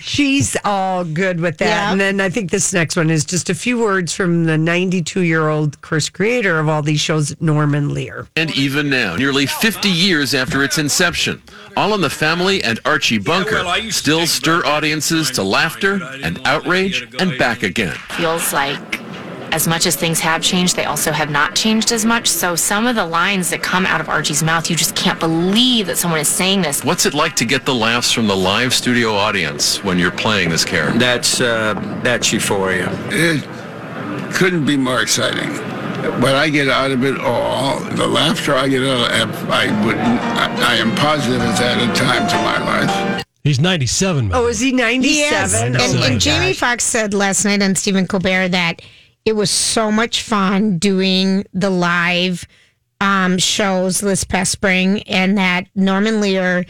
Speaker 2: She's all good with that. And then I think this next one is just a few words from the 92 year old course creator of all these shows, Norman Lear.
Speaker 13: And even now, nearly 50 years after its inception, All in the Family and Archie Bunker still stir audiences to laughter and outrage and back again.
Speaker 18: Feels like as much as things have changed, they also have not changed as much. So some of the lines that come out of Archie's mouth, you just can't believe that someone is saying this.
Speaker 13: What's it like to get the laughs from the live studio audience when you're playing this character?
Speaker 14: That's uh, that's euphoria.
Speaker 19: It couldn't be more exciting. What I get out of it all, the laughter I get out of I would, I, I am positive it's added time to my life.
Speaker 1: He's 97. man.
Speaker 2: Oh, is he
Speaker 3: And,
Speaker 2: 97?
Speaker 1: Oh my
Speaker 3: and Jamie Foxx said last night on Stephen Colbert that it was so much fun doing the live um, shows this past spring, and that Norman Lear,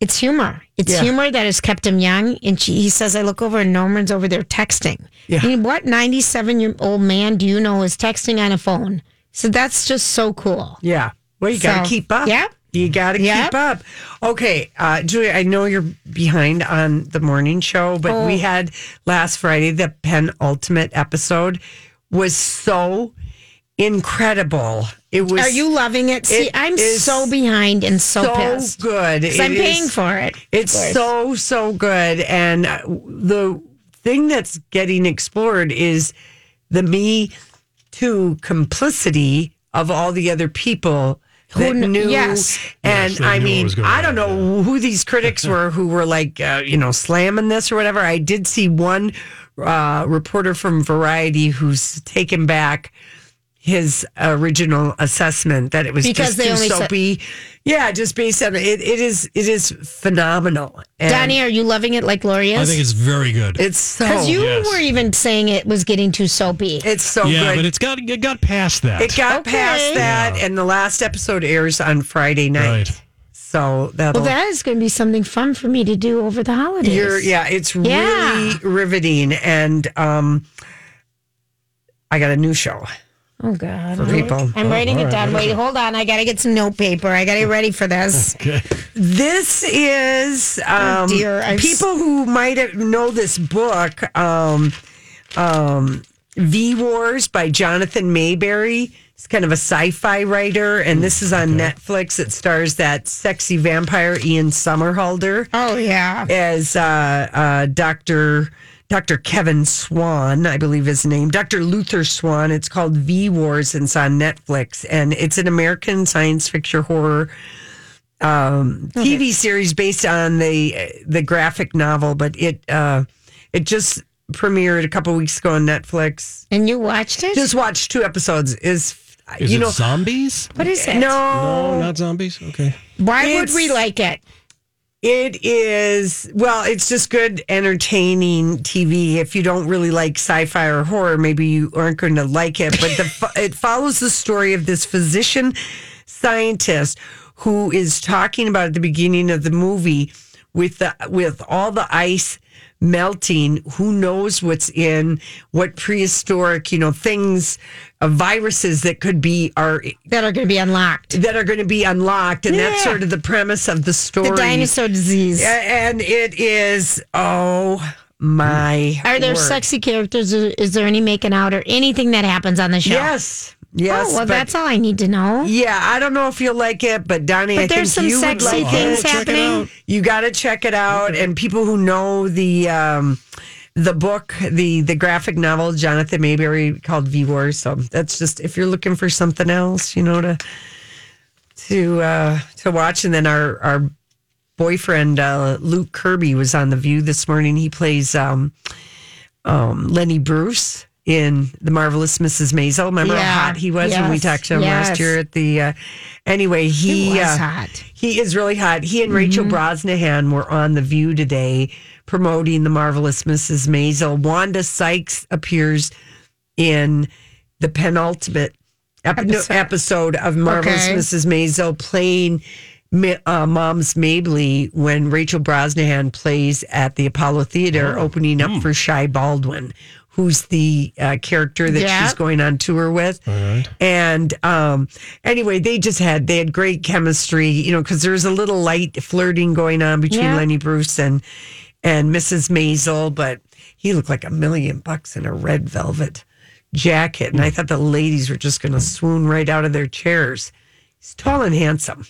Speaker 3: it's humor. It's
Speaker 2: Yeah.
Speaker 3: humor that has kept him young. And she, he says, I look over and Norman's over there texting.
Speaker 2: Yeah.
Speaker 3: I mean, what 97 year old man do you know is texting on a phone? So that's just so cool.
Speaker 2: Yeah. Well, you got to
Speaker 3: So,
Speaker 2: keep up.
Speaker 3: yep.
Speaker 2: You got to
Speaker 3: Yep.
Speaker 2: keep up. Okay, uh, Julia, I know you're behind on the morning show, but
Speaker 3: Oh.
Speaker 2: we had last Friday the penultimate episode was so incredible. It was.
Speaker 3: Are you loving it? See,
Speaker 2: it
Speaker 3: I'm
Speaker 2: is
Speaker 3: so behind and so,
Speaker 2: so
Speaker 3: pissed.
Speaker 2: good.
Speaker 3: 'Cause I'm
Speaker 2: It is-
Speaker 3: paying for it.
Speaker 2: It's
Speaker 3: Of course.
Speaker 2: so so good, and uh, the thing that's getting explored is the Me Too complicity of all the other people
Speaker 3: Who
Speaker 2: that
Speaker 3: kn-
Speaker 2: knew.
Speaker 3: yes.
Speaker 2: and
Speaker 3: Yes, they
Speaker 2: I
Speaker 3: knew what
Speaker 2: mean,
Speaker 3: was going
Speaker 2: I don't know who these critics were who were like, uh, you know, slamming this or whatever. I did see one uh, reporter from Variety who's taken back his original assessment that it was
Speaker 3: Because
Speaker 2: just
Speaker 3: they
Speaker 2: too
Speaker 3: only said-
Speaker 2: soapy. yeah, just based on it. It is it is phenomenal. And
Speaker 3: Donnie, are you loving it like Lori is?
Speaker 1: I think it's very good.
Speaker 2: it's Oh, so
Speaker 3: Because you
Speaker 1: Yes.
Speaker 3: were even saying it was getting too soapy.
Speaker 2: it's so
Speaker 1: yeah,
Speaker 2: good.
Speaker 1: but it's got it got past that.
Speaker 2: it got past that, and the last episode airs on Friday night.
Speaker 1: Right.
Speaker 2: So that'll.
Speaker 3: well, that is going to be something fun for me to do over the holidays.
Speaker 2: You're, yeah, it's
Speaker 3: Yeah.
Speaker 2: really riveting, and um, I got a new show.
Speaker 3: Oh God.
Speaker 2: For people.
Speaker 3: I'm
Speaker 2: Oh,
Speaker 3: writing
Speaker 2: all
Speaker 3: it
Speaker 2: right,
Speaker 3: down.
Speaker 2: okay.
Speaker 3: Wait, hold on. I got to get some notepaper. I got to get ready for
Speaker 2: [LAUGHS]
Speaker 3: this.
Speaker 2: This is um,
Speaker 3: Oh, dear, I've-
Speaker 2: people who might have know this book, um, um, V Wars by Jonathan Mayberry. He's kind of a sci-fi writer, and this is on Netflix. It stars that sexy vampire Ian Somerhalder
Speaker 3: Oh yeah.
Speaker 2: as uh, uh, Doctor Doctor Kevin Swan, I believe his name, Doctor Luther Swan. It's called V Wars, and it's on Netflix, and it's an American science fiction horror um, TV series based on the the graphic novel, but it uh, it just premiered a couple weeks ago on Netflix.
Speaker 3: And you watched it?
Speaker 2: Just watched two episodes. Is
Speaker 1: Is
Speaker 2: you
Speaker 1: it
Speaker 2: know
Speaker 1: zombies?
Speaker 3: what is it?
Speaker 1: No,
Speaker 2: no,
Speaker 1: not zombies. Okay.
Speaker 3: Why would
Speaker 2: It's-
Speaker 3: we like it?
Speaker 2: It is well, it's just good entertaining TV. If you don't really like sci-fi or horror, maybe you aren't going to like it, but the fo- it follows the story of this physician scientist who is talking about at the beginning of the movie with the with all the ice melting who knows what's in what prehistoric you know things uh, viruses that could be are
Speaker 3: That are going to be unlocked.
Speaker 2: that are going to be unlocked and that's
Speaker 3: Yeah.
Speaker 2: sort of the premise of the story
Speaker 3: The dinosaur disease.
Speaker 2: a- and it is oh my
Speaker 3: Are there
Speaker 2: word.
Speaker 3: sexy characters? Is is there any making out or anything that happens on the show?
Speaker 2: yes yes
Speaker 3: oh well,
Speaker 2: but-
Speaker 3: that's all I need to know.
Speaker 2: yeah i don't know if you'll like it but donnie I
Speaker 3: But there's
Speaker 2: think
Speaker 3: some
Speaker 2: you would
Speaker 3: sexy
Speaker 2: like
Speaker 3: things
Speaker 2: it.
Speaker 3: happening.
Speaker 2: you got to check it out and people who know the um the book the the graphic novel jonathan mayberry called v wars so that's just if you're looking for something else you know to to uh to watch and then our our boyfriend uh luke kirby was on the view this morning he plays um um lenny bruce in the marvelous mrs mazel remember
Speaker 3: Yeah.
Speaker 2: how hot he was when we
Speaker 3: Yes.
Speaker 2: talked to him
Speaker 3: Yes.
Speaker 2: last year at the uh anyway he,
Speaker 3: He was
Speaker 2: uh,
Speaker 3: hot.
Speaker 2: he is really hot. He and Rachel Brosnahan were on The View today promoting The Marvelous Mrs. Maisel. Wanda Sykes appears in the penultimate Ep- no, episode. of Marvelous
Speaker 3: Okay.
Speaker 2: Mrs. Maisel playing Ma- uh, Mom's Mabley when Rachel Brosnahan plays at the Apollo Theater, opening up for Shy Baldwin, who's the uh, character that
Speaker 3: Yeah.
Speaker 2: she's going on tour with. And um, anyway, they just had they had great chemistry, you know, because there's a little light flirting going on between
Speaker 3: Yeah.
Speaker 2: Lenny Bruce and and Mrs. Maisel, but he looked like a million bucks in a red velvet jacket, and I thought the ladies were just going to swoon right out of their chairs. He's tall and handsome.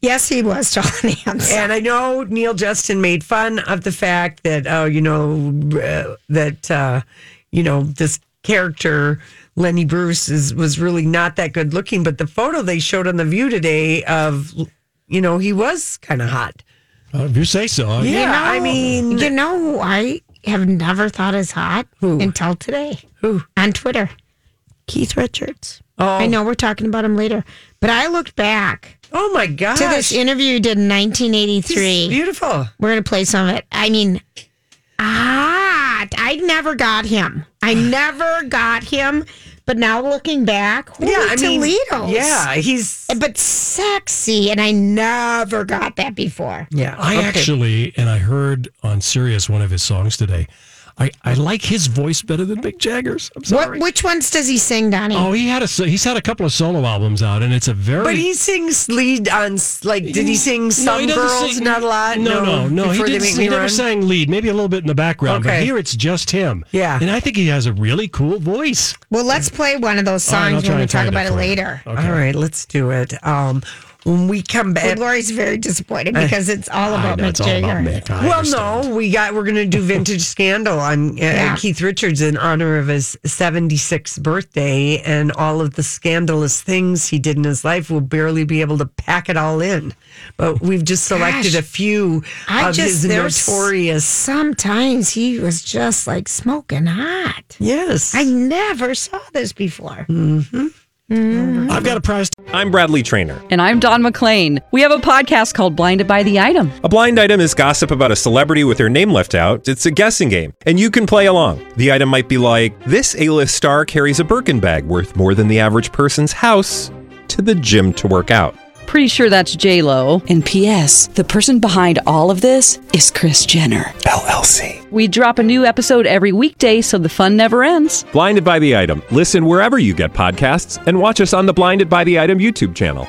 Speaker 3: Yes, he
Speaker 2: [LAUGHS]
Speaker 3: was tall and handsome.
Speaker 2: And I know Neil Justin made fun of the fact that, oh, you know, uh, that, uh, you know, this character, Lenny Bruce, is, was really not that good looking. But the photo they showed on The View today of, you know, he was kind of hot.
Speaker 1: Uh, if you say so.
Speaker 2: Yeah, I mean-
Speaker 3: you know who I have never thought is hot until today. Who on Twitter? Keith Richards.
Speaker 2: Oh.
Speaker 3: I know we're talking about him later, but I looked back
Speaker 2: Oh, my gosh.
Speaker 3: to this interview he did in 1983.
Speaker 2: He's beautiful.
Speaker 3: We're gonna play some of it. I mean, ah, I never got him.
Speaker 2: [SIGHS]
Speaker 3: I never got him. But now looking back, holy
Speaker 2: Yeah, I mean,
Speaker 3: Toledo's.
Speaker 2: yeah, he's-
Speaker 3: but sexy, and I never got that before.
Speaker 2: Yeah.
Speaker 1: I
Speaker 2: Okay.
Speaker 1: actually, and I heard on Sirius one of his songs today. I, I like his voice better than Mick Jagger's. I'm
Speaker 3: What?
Speaker 1: sorry.
Speaker 3: Which ones does he sing, Donnie?
Speaker 1: Oh, he had a so- he's had a couple of solo albums out, and it's a very.
Speaker 2: But he sings lead on, like, did he sing Some
Speaker 1: doesn't
Speaker 2: Girls?
Speaker 1: sing-
Speaker 2: not a lot.
Speaker 1: No, no, no. he
Speaker 2: Before
Speaker 1: did,
Speaker 2: they make
Speaker 1: he
Speaker 2: me
Speaker 1: never
Speaker 2: run.
Speaker 1: sang lead, maybe a little bit in the background, but
Speaker 2: Okay.
Speaker 1: here it's just him.
Speaker 2: Yeah.
Speaker 1: and I think he has a really cool voice.
Speaker 3: Well, let's play one of those
Speaker 1: All right, I'll
Speaker 3: songs
Speaker 1: try
Speaker 3: when we
Speaker 1: and
Speaker 3: talk
Speaker 1: find it
Speaker 3: about it
Speaker 1: for you.
Speaker 3: later.
Speaker 1: Okay.
Speaker 2: All right, let's do it. Um, when we come
Speaker 3: Well,
Speaker 2: back,
Speaker 3: Lori's very
Speaker 1: [LAUGHS]
Speaker 3: disappointed because it's all about
Speaker 1: know,
Speaker 3: Mick
Speaker 1: it's all about
Speaker 3: Jagger.
Speaker 1: Mick. I
Speaker 2: well,
Speaker 1: understand.
Speaker 2: no, we got we're gonna
Speaker 3: [LAUGHS]
Speaker 2: do vintage scandal on uh,
Speaker 3: Yeah.
Speaker 2: Keith Richards in honor of his 76th birthday and all of the scandalous things he did in his life. We'll barely be able to pack it all in, but we've just selected
Speaker 3: Gosh.
Speaker 2: a few
Speaker 3: I
Speaker 2: of
Speaker 3: just-
Speaker 2: his
Speaker 3: there's-
Speaker 2: notorious.
Speaker 3: Sometimes he was just like smoking hot.
Speaker 2: Yes,
Speaker 3: I never saw this before.
Speaker 1: Mm. I've got a prize.
Speaker 20: I'm Bradley Trainer.
Speaker 21: And I'm Don McClain. We have a podcast called Blinded by the Item.
Speaker 20: A blind item is gossip about a celebrity with their name left out. It's a guessing game, and you can play along. The item might be like this: A-list star carries a Birkin bag worth more than the average person's house to the gym to work out.
Speaker 21: Pretty sure that's J Lo. And P.S. The person behind all of this is Chris Jenner
Speaker 20: LLC.
Speaker 21: We drop a new episode every weekday, so the fun never ends.
Speaker 20: Blinded by the item. Listen wherever you get podcasts, and watch us on the Blinded by the Item YouTube channel.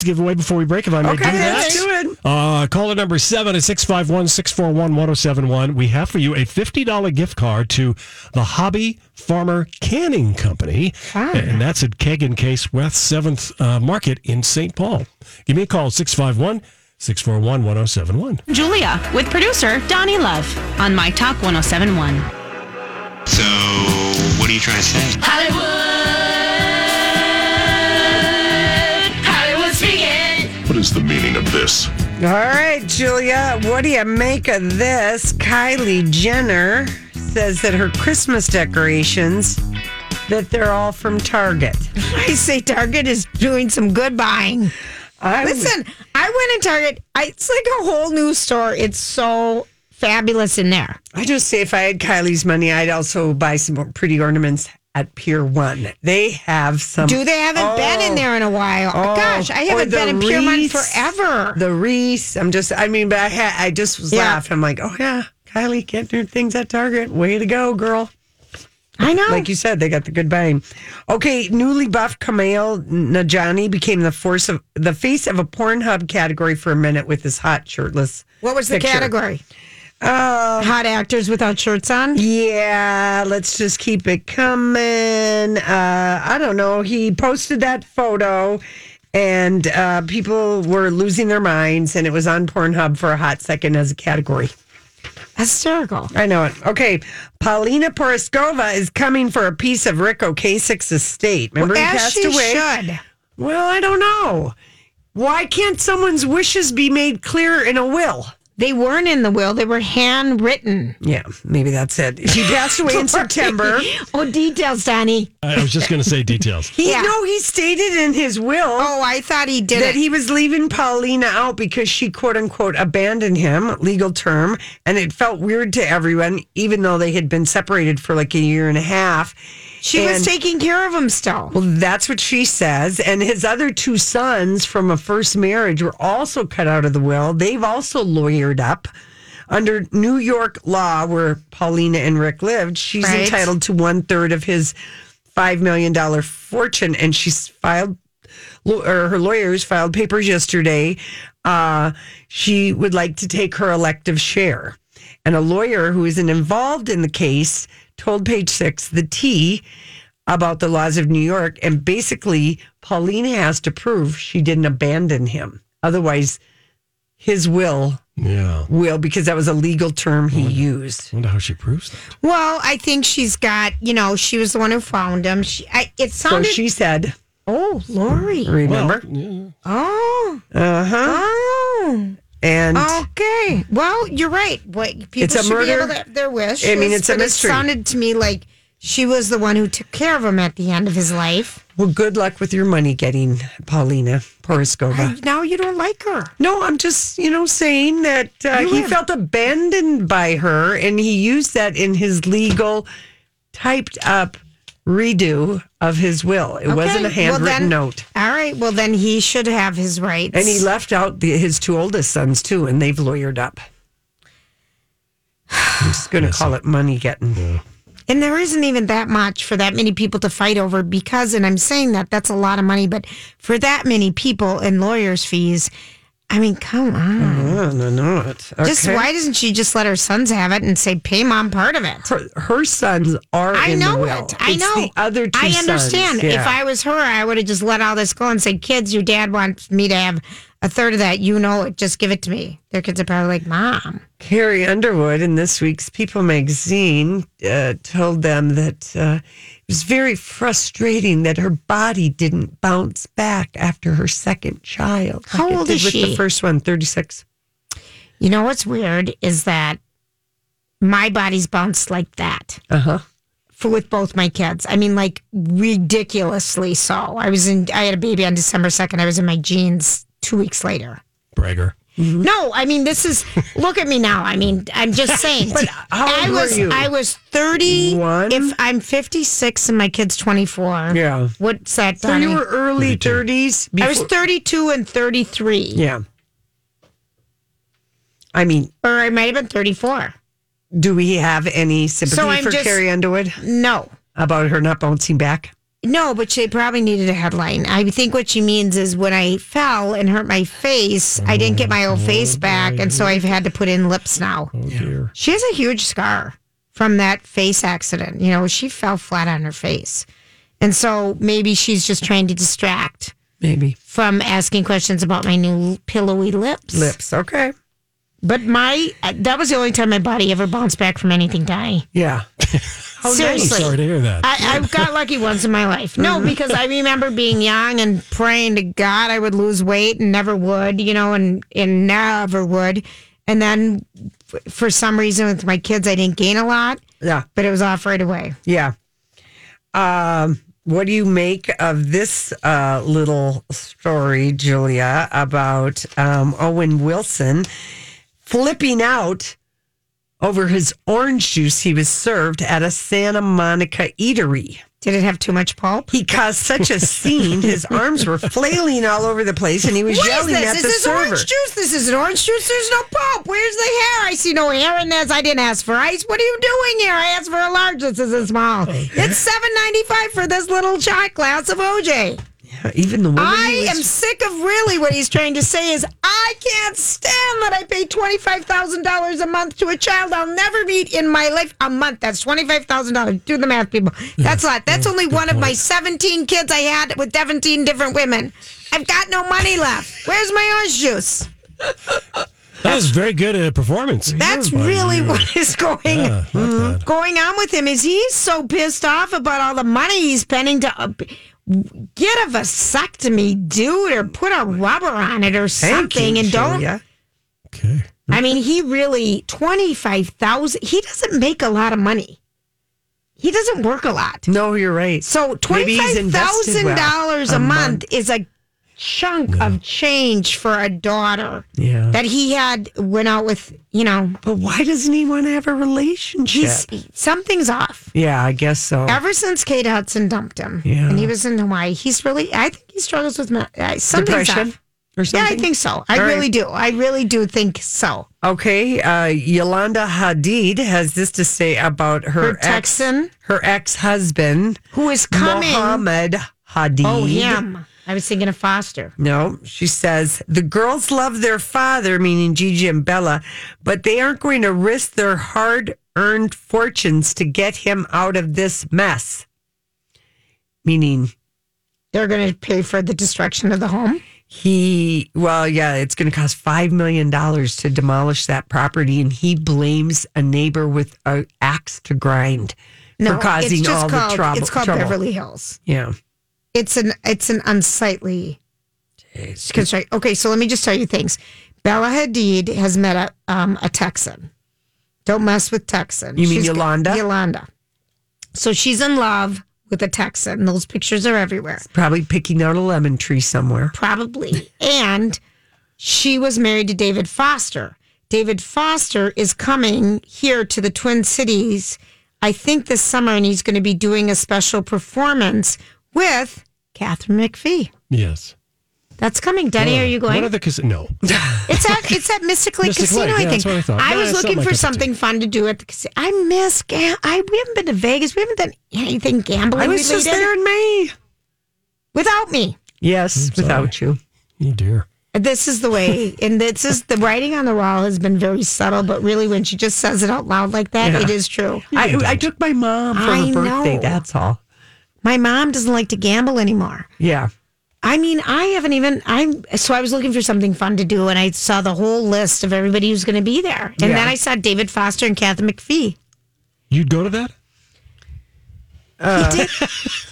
Speaker 1: giveaway before we break if I may do that. Uh, caller number seven is 651 641 1071. We have for you a $50 gift card to the Hobby Farmer Canning Company. And that's at Keg and Case West 7th uh, Market in St. Paul. Give me a call 651 641 1071.
Speaker 7: Julia with producer Donnie Love on My Talk 1071.
Speaker 22: So, what are you trying to say?
Speaker 6: Hollywood, Hollywood speaking.
Speaker 22: What is the meaning of this?
Speaker 2: All right, Julia, what do you make of this? Kylie Jenner says that her Christmas decorations that they're all from Target.
Speaker 3: [LAUGHS] I say Target is doing some good buying.
Speaker 2: I
Speaker 3: Listen, I went in Target. I, it's like a whole new store. It's so fabulous in there.
Speaker 2: I just say if I had Kylie's money, I'd also buy some more pretty ornaments at Pier 1. They have
Speaker 1: Um,
Speaker 2: some
Speaker 3: Do they haven't been in there in a while?
Speaker 2: Oh,
Speaker 3: Gosh, I
Speaker 2: or
Speaker 3: haven't
Speaker 2: the
Speaker 3: been in Piermont
Speaker 2: wreaths.
Speaker 3: forever.
Speaker 2: the wreaths. I'm just I mean, but I had I just was
Speaker 3: Yeah.
Speaker 2: laughing. I'm like, "Oh yeah, Kylie can't do things at Target. Way to go, girl."
Speaker 3: I know.
Speaker 2: Like you said, they got the good buying. Okay, newly buffed Kamal Najani became the force of the face of a Pornhub category for a minute with his hot shirtless.
Speaker 3: what was the
Speaker 2: picture.
Speaker 3: category?
Speaker 2: Uh,
Speaker 3: Hot actors without shirts on.
Speaker 2: yeah, let's just keep it coming. Uh, I don't know. He posted that photo, and uh, people were losing their minds, and it was on Pornhub for a hot second as a category.
Speaker 3: Hysterical.
Speaker 2: I know it. Okay, Paulina Poroskova is coming for a piece of Rick Ocasek's estate. Remember he
Speaker 3: As
Speaker 2: passed
Speaker 3: she
Speaker 2: away.
Speaker 3: should.
Speaker 2: Well, I don't know. Why can't someone's wishes be made clear in a will?
Speaker 3: They weren't in the will. They were handwritten.
Speaker 2: Yeah, maybe that's it. He passed away [LAUGHS] in September.
Speaker 3: [LAUGHS] oh, details, Donnie.
Speaker 1: I was just going to say details.
Speaker 2: He
Speaker 3: Yeah.
Speaker 2: no, he stated in his will
Speaker 3: Oh, I thought he did
Speaker 2: that
Speaker 3: it.
Speaker 2: he was leaving Paulina out because she quote unquote abandoned him, legal term, and it felt weird to everyone, even though they had been separated for like a year and a half.
Speaker 3: She was taking care of him still.
Speaker 2: Well, that's what she says. And his other two sons from a first marriage were also cut out of the will. They've also lawyered up. Under New York law, where Paulina and Rick lived, she's
Speaker 3: Right.
Speaker 2: entitled to one third of his $5 million fortune. And she's filed, law- or her lawyers filed papers yesterday. Uh, she would like to take her elective share. And a lawyer who isn't involved in the case told Page Six, the T, about the laws of New York. And basically, Paulina has to prove she didn't abandon him. Otherwise, his will
Speaker 1: Yeah.
Speaker 2: will, because that was a legal term
Speaker 3: Mm-hmm.
Speaker 2: he used.
Speaker 1: wonder how she proves that.
Speaker 3: Well, I think she's got, you know, she was the one who found him. She, I, it
Speaker 2: So
Speaker 3: sounded.
Speaker 2: she said,
Speaker 3: oh, Lori.
Speaker 2: remember?
Speaker 3: Oh.
Speaker 2: Uh huh.
Speaker 3: Oh.
Speaker 2: And
Speaker 3: okay. Well, you're right. What people
Speaker 2: It's a
Speaker 3: should
Speaker 2: murder.
Speaker 3: be able to have their wish.
Speaker 2: I mean, it's a
Speaker 3: but
Speaker 2: mystery.
Speaker 3: It sounded to me like she was the one who took care of him at the end of his life.
Speaker 2: well, good luck with your money getting, Paulina Poroskova.
Speaker 3: Now you don't like her.
Speaker 2: No, I'm just, you know, saying that uh,
Speaker 3: You
Speaker 2: he
Speaker 3: have-
Speaker 2: felt abandoned by her and he used that in his legal typed up redo of his will. It wasn't a
Speaker 3: Okay, well
Speaker 2: handwritten
Speaker 3: then-
Speaker 2: note.
Speaker 3: All right. Well, then he should have his rights.
Speaker 2: And he left out the, his two oldest sons too, and they've lawyered up. [SIGHS] I'm just going to call it money getting.
Speaker 3: And there isn't even that much for that many people to fight over because, and I'm saying that that's a lot of money, but for that many people and lawyers' fees, I mean, come on.
Speaker 2: No, no, no. it's- Mm-hmm. Okay.
Speaker 3: Just why doesn't she just let her sons have it and say, pay mom part of it?
Speaker 2: her, her sons are
Speaker 3: I
Speaker 2: in the
Speaker 3: know
Speaker 2: will.
Speaker 3: it. I
Speaker 2: It's
Speaker 3: know.
Speaker 2: the other two
Speaker 3: I understand.
Speaker 2: sons, yeah.
Speaker 3: If I was her, I would have just let all this go and said, kids, your dad wants me to have a third of that. You know it. Just give it to me. Their kids are probably like, mom.
Speaker 2: Carrie Underwood in this week's People magazine uh, told them that uh, it was very frustrating that her body didn't bounce back after her second child.
Speaker 3: How
Speaker 2: it
Speaker 3: old
Speaker 2: did
Speaker 3: is
Speaker 2: with The
Speaker 3: she?
Speaker 2: first one, 36.
Speaker 3: You know what's weird is that my body's bounced like that.
Speaker 2: Uh huh.
Speaker 3: for with both my kids. I mean, like ridiculously so. I was in. I had a baby on December second. I was in my jeans two weeks later.
Speaker 1: Bragger.
Speaker 2: Mm-hmm.
Speaker 3: No, I mean this is. look at me now. I mean, I'm
Speaker 2: [LAUGHS]
Speaker 3: just saying.
Speaker 2: But how old
Speaker 3: I
Speaker 2: were
Speaker 3: was.
Speaker 2: you?
Speaker 3: I was thirty.
Speaker 2: One?
Speaker 3: If I'm 56 and my kid's 24.
Speaker 2: Yeah.
Speaker 3: What's that?
Speaker 2: So you
Speaker 3: Donnie?
Speaker 2: were early 30s?
Speaker 3: I was
Speaker 2: before-
Speaker 3: 32 and 33.
Speaker 2: Yeah. I mean,
Speaker 3: Or I might have been 34.
Speaker 2: do we have any sympathy
Speaker 3: So I'm
Speaker 2: for
Speaker 3: just-
Speaker 2: Carrie Underwood
Speaker 3: No.
Speaker 2: about her not bouncing back?
Speaker 3: No, but she probably needed a headline. I think what she means is when I fell and hurt my face, I didn't get my old
Speaker 2: Oh,
Speaker 3: face back, and so I've had to put in lips now.
Speaker 1: Oh,
Speaker 3: She has a huge scar from that face accident. You know, she fell flat on her face. And so maybe she's just trying to distract
Speaker 2: Maybe.
Speaker 3: from asking questions about my new pillowy lips.
Speaker 2: Lips. Okay.
Speaker 3: But my uh, that was the only time my body ever bounced back from anything dying.
Speaker 2: Yeah. How nice.
Speaker 3: Seriously.
Speaker 1: Sorry to hear that.
Speaker 3: I, I've got lucky once in my life. No,
Speaker 2: Mm-hmm.
Speaker 3: because I remember being young and praying to God I would lose weight and never would, you know, and, and never would. And then f- for some reason with my kids, I didn't gain a lot,
Speaker 2: Yeah.
Speaker 3: but it was off right away.
Speaker 2: Yeah. Um, what do you make of this uh, little story, Julia, about um, Owen Wilson flipping out over his orange juice he was served at a Santa Monica eatery?
Speaker 3: Did it have too much pulp?
Speaker 2: He caused such a scene.
Speaker 3: [LAUGHS]
Speaker 2: His arms were flailing all over the place, and he was
Speaker 3: What is
Speaker 2: yelling
Speaker 3: this?
Speaker 2: at
Speaker 3: Is
Speaker 2: the
Speaker 3: this
Speaker 2: server.
Speaker 3: orange juice? This is an orange juice. There's no pulp. Where's the hair? I see no hair in this. I didn't ask for ice. What are you doing here? I asked for a large. This is a
Speaker 2: [LAUGHS]
Speaker 3: small. It's seven ninety five for this little shot glass of OJ.
Speaker 2: Uh, Even the woman. he
Speaker 3: I
Speaker 2: was-
Speaker 3: am sick of really what he's trying to say is I can't stand that I pay twenty five thousand dollars a month to a child I'll never meet in my life. A month. That's twenty five thousand dollars. Do the math, people. That's a lot. That's only one of my seventeen kids I had with seventeen different women. I've got no money left. Where's my orange juice?
Speaker 1: That was very good uh, performance.
Speaker 3: That's really [LAUGHS] what is going
Speaker 1: Yeah, not bad.
Speaker 3: going on with him is he's so pissed off about all the money he's spending to uh, get a vasectomy, dude, or put a rubber on it or
Speaker 2: Thank you,
Speaker 3: something, and don't.
Speaker 2: Julia.
Speaker 3: I mean, he really twenty five thousand. He doesn't make a lot of money. He doesn't work a lot,
Speaker 2: No, you're right.
Speaker 3: so
Speaker 2: Maybe
Speaker 3: twenty
Speaker 2: he's
Speaker 3: five
Speaker 2: invested
Speaker 3: thousand
Speaker 2: well.
Speaker 3: dollars a month is a chunk of change for a daughter
Speaker 2: Yeah.
Speaker 3: that he had went out with, you know.
Speaker 2: But why doesn't he want to have a relationship?
Speaker 3: something's off.
Speaker 2: Yeah, I guess so.
Speaker 3: Ever since Kate Hudson dumped him,
Speaker 2: Yeah.
Speaker 3: and he was in Hawaii, he's really. I think he struggles with ma- uh, something's
Speaker 2: Depression
Speaker 3: off. Yeah, I
Speaker 2: or something?
Speaker 3: think so. I
Speaker 2: All right.
Speaker 3: really do. I really do think so.
Speaker 2: Okay, uh, Yolanda Hadid has this to say about her,
Speaker 3: Her Texan?
Speaker 2: ex, her ex husband,
Speaker 3: who is coming.
Speaker 2: Mohammed Hadid.
Speaker 3: Oh, him. I was thinking of Foster.
Speaker 2: No, she says the girls love their father, meaning Gigi and Bella, but they aren't going to risk their hard earned fortunes to get him out of this mess. Meaning
Speaker 3: They're going to pay for the destruction of the home.
Speaker 2: he, well, yeah, it's going to cost $5 million to demolish that property. And he blames a neighbor with an axe to grind
Speaker 3: No,
Speaker 2: for causing
Speaker 3: it's just
Speaker 2: all
Speaker 3: called,
Speaker 2: the trouble.
Speaker 3: It's called
Speaker 2: trouble.
Speaker 3: Beverly Hills.
Speaker 2: Yeah.
Speaker 3: It's an it's an unsightly construct. Okay, so let me just tell you things. Bella Hadid has met a um, a Texan. Don't mess with Texan.
Speaker 2: You mean
Speaker 3: She's-
Speaker 2: Yolanda?
Speaker 3: Yolanda. So she's in love with a Texan. Those pictures are everywhere,
Speaker 2: Probably picking out a lemon tree somewhere. [LAUGHS]
Speaker 3: probably. and she was married to David Foster. David Foster is coming here to the Twin Cities, I think this summer, and he's going to be doing a special performance with Catherine McPhee.
Speaker 1: Yes.
Speaker 3: That's coming. Denny,
Speaker 1: Uh,
Speaker 3: are you going?
Speaker 1: What are the cas- No. [LAUGHS]
Speaker 3: It's at it's at Mystic Lake
Speaker 1: Mystic
Speaker 3: Casino.
Speaker 1: Lake, yeah,
Speaker 3: I think
Speaker 1: that's what I thought. Yeah,
Speaker 3: was
Speaker 1: it's not
Speaker 3: looking
Speaker 1: my
Speaker 3: for
Speaker 1: cup of
Speaker 3: something fun to do at the casino. I miss. Ga- I we haven't been to Vegas. We haven't done anything gambling.
Speaker 2: I was just
Speaker 3: related
Speaker 2: there in May.
Speaker 3: without me.
Speaker 2: Yes, without you.
Speaker 1: Oh, dear.
Speaker 3: This is the way, and this is the writing on the wall has been very subtle, but really, when she just says it out loud like that,
Speaker 2: Yeah.
Speaker 3: it is true.
Speaker 2: I, I took my mom for
Speaker 3: I
Speaker 2: her birthday.
Speaker 3: know.
Speaker 2: That's all.
Speaker 3: My mom doesn't like to gamble anymore.
Speaker 2: Yeah.
Speaker 3: I mean, I haven't even. I'm so I was looking for something fun to do, and I saw the whole list of everybody who's going to be there, and
Speaker 1: Yeah.
Speaker 3: then I saw David Foster and Catherine McPhee.
Speaker 1: You'd go to that?
Speaker 3: He did.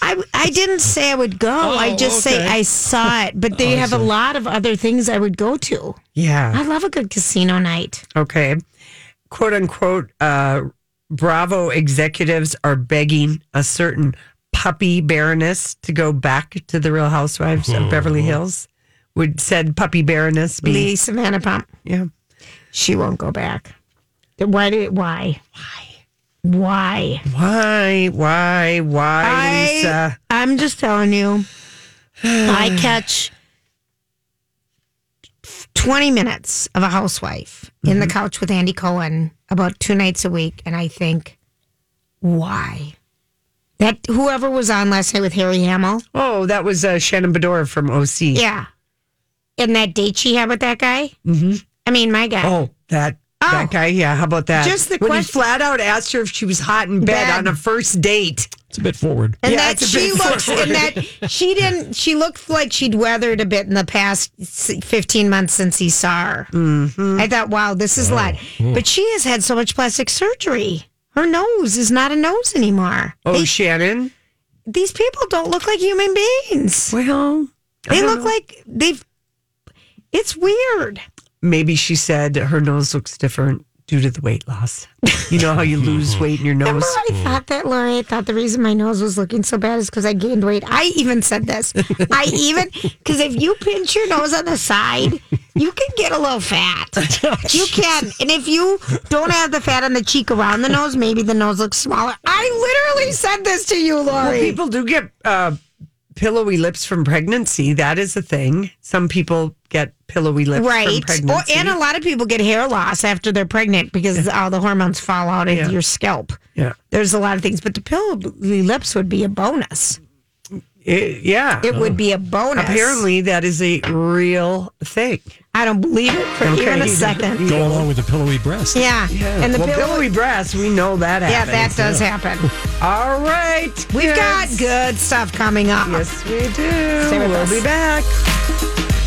Speaker 3: I, I didn't say I would go. I just say
Speaker 1: okay.
Speaker 3: I saw it. But they
Speaker 2: I
Speaker 3: have a
Speaker 2: see.
Speaker 3: lot of other things I would go to.
Speaker 2: Yeah.
Speaker 3: I love a good casino night.
Speaker 2: Okay. Quote unquote, uh, Bravo executives are begging a certain puppy baroness to go back to the Real Housewives of Beverly Hills. Would said puppy baroness be?
Speaker 3: Lee Savannah Pump.
Speaker 2: Yeah.
Speaker 3: She won't go back. Then Why? Do, why? Why?
Speaker 2: Why? Why? Why,
Speaker 3: I-
Speaker 2: Lisa?
Speaker 3: I'm just telling [SIGHS] you, I catch 20 minutes of a housewife in the couch with Andy Cohen about two nights a week, and I think, why? That whoever was on last night with Harry Hamill,
Speaker 2: Oh, that was uh, Shannon Bedore from OC.
Speaker 3: yeah, and that date she had with that guy. Mm-hmm. I mean, my guy.
Speaker 2: Oh, that that guy. Yeah. How about that?
Speaker 3: Just the
Speaker 2: when he
Speaker 3: question-
Speaker 2: flat out asked her if she was hot in bed,
Speaker 3: Bed.
Speaker 2: on a first date.
Speaker 1: It's a bit forward.
Speaker 3: and that
Speaker 2: Yeah, it's a
Speaker 3: she
Speaker 2: bit
Speaker 3: looks
Speaker 2: forward.
Speaker 3: and
Speaker 2: [LAUGHS]
Speaker 3: that she didn't she looked like she'd weathered a bit in the past s- 15 months since he saw her
Speaker 2: Mm-hmm.
Speaker 3: i thought wow this is a
Speaker 2: Oh,
Speaker 3: lot but she has had so much plastic surgery her nose is not a nose anymore
Speaker 2: Oh, Shannon.
Speaker 3: these people don't look like human beings
Speaker 2: Well, I
Speaker 3: they
Speaker 2: don't
Speaker 3: look
Speaker 2: know.
Speaker 3: like they've it's weird
Speaker 2: maybe she said her nose looks different due to the weight loss. You know how you lose weight [LAUGHS] in your nose?
Speaker 3: Remember,
Speaker 2: Mm.
Speaker 3: I thought that, Lori. I thought the reason my nose was looking so bad is because I gained weight. I even said this.
Speaker 2: [LAUGHS]
Speaker 3: I even because if you pinch your nose on the side, you can get a little
Speaker 2: [LAUGHS]
Speaker 3: fat. You can, and if you don't have the fat on the cheek around the nose, maybe the nose looks smaller. I literally said this to you,
Speaker 2: Well,
Speaker 3: Lori.
Speaker 2: people do get uh, pillowy lips from pregnancy. That is a thing. Some people get pillowy lips from
Speaker 3: Right, or,
Speaker 2: pregnancy.
Speaker 3: and a lot of people get hair loss after they're pregnant because all the hormones fall out of your scalp.
Speaker 2: yeah.
Speaker 3: There's a lot of things, but the pillowy lips would be a bonus.
Speaker 2: It- yeah.
Speaker 3: It would be a bonus.
Speaker 2: Oh. Apparently, that is a real thing.
Speaker 3: I don't believe it for
Speaker 2: Okay.
Speaker 3: even a second.
Speaker 2: [LAUGHS]
Speaker 1: Go along with the pillowy breast.
Speaker 3: [LAUGHS] Yeah. And the
Speaker 2: well,
Speaker 3: pillow-
Speaker 2: pillowy breasts, we know that
Speaker 3: Yeah, that
Speaker 2: happens.
Speaker 3: does happen.
Speaker 2: All right.
Speaker 3: We've got good stuff coming up.
Speaker 2: Yes, we do.
Speaker 3: with
Speaker 2: we'll
Speaker 3: us.
Speaker 2: be back.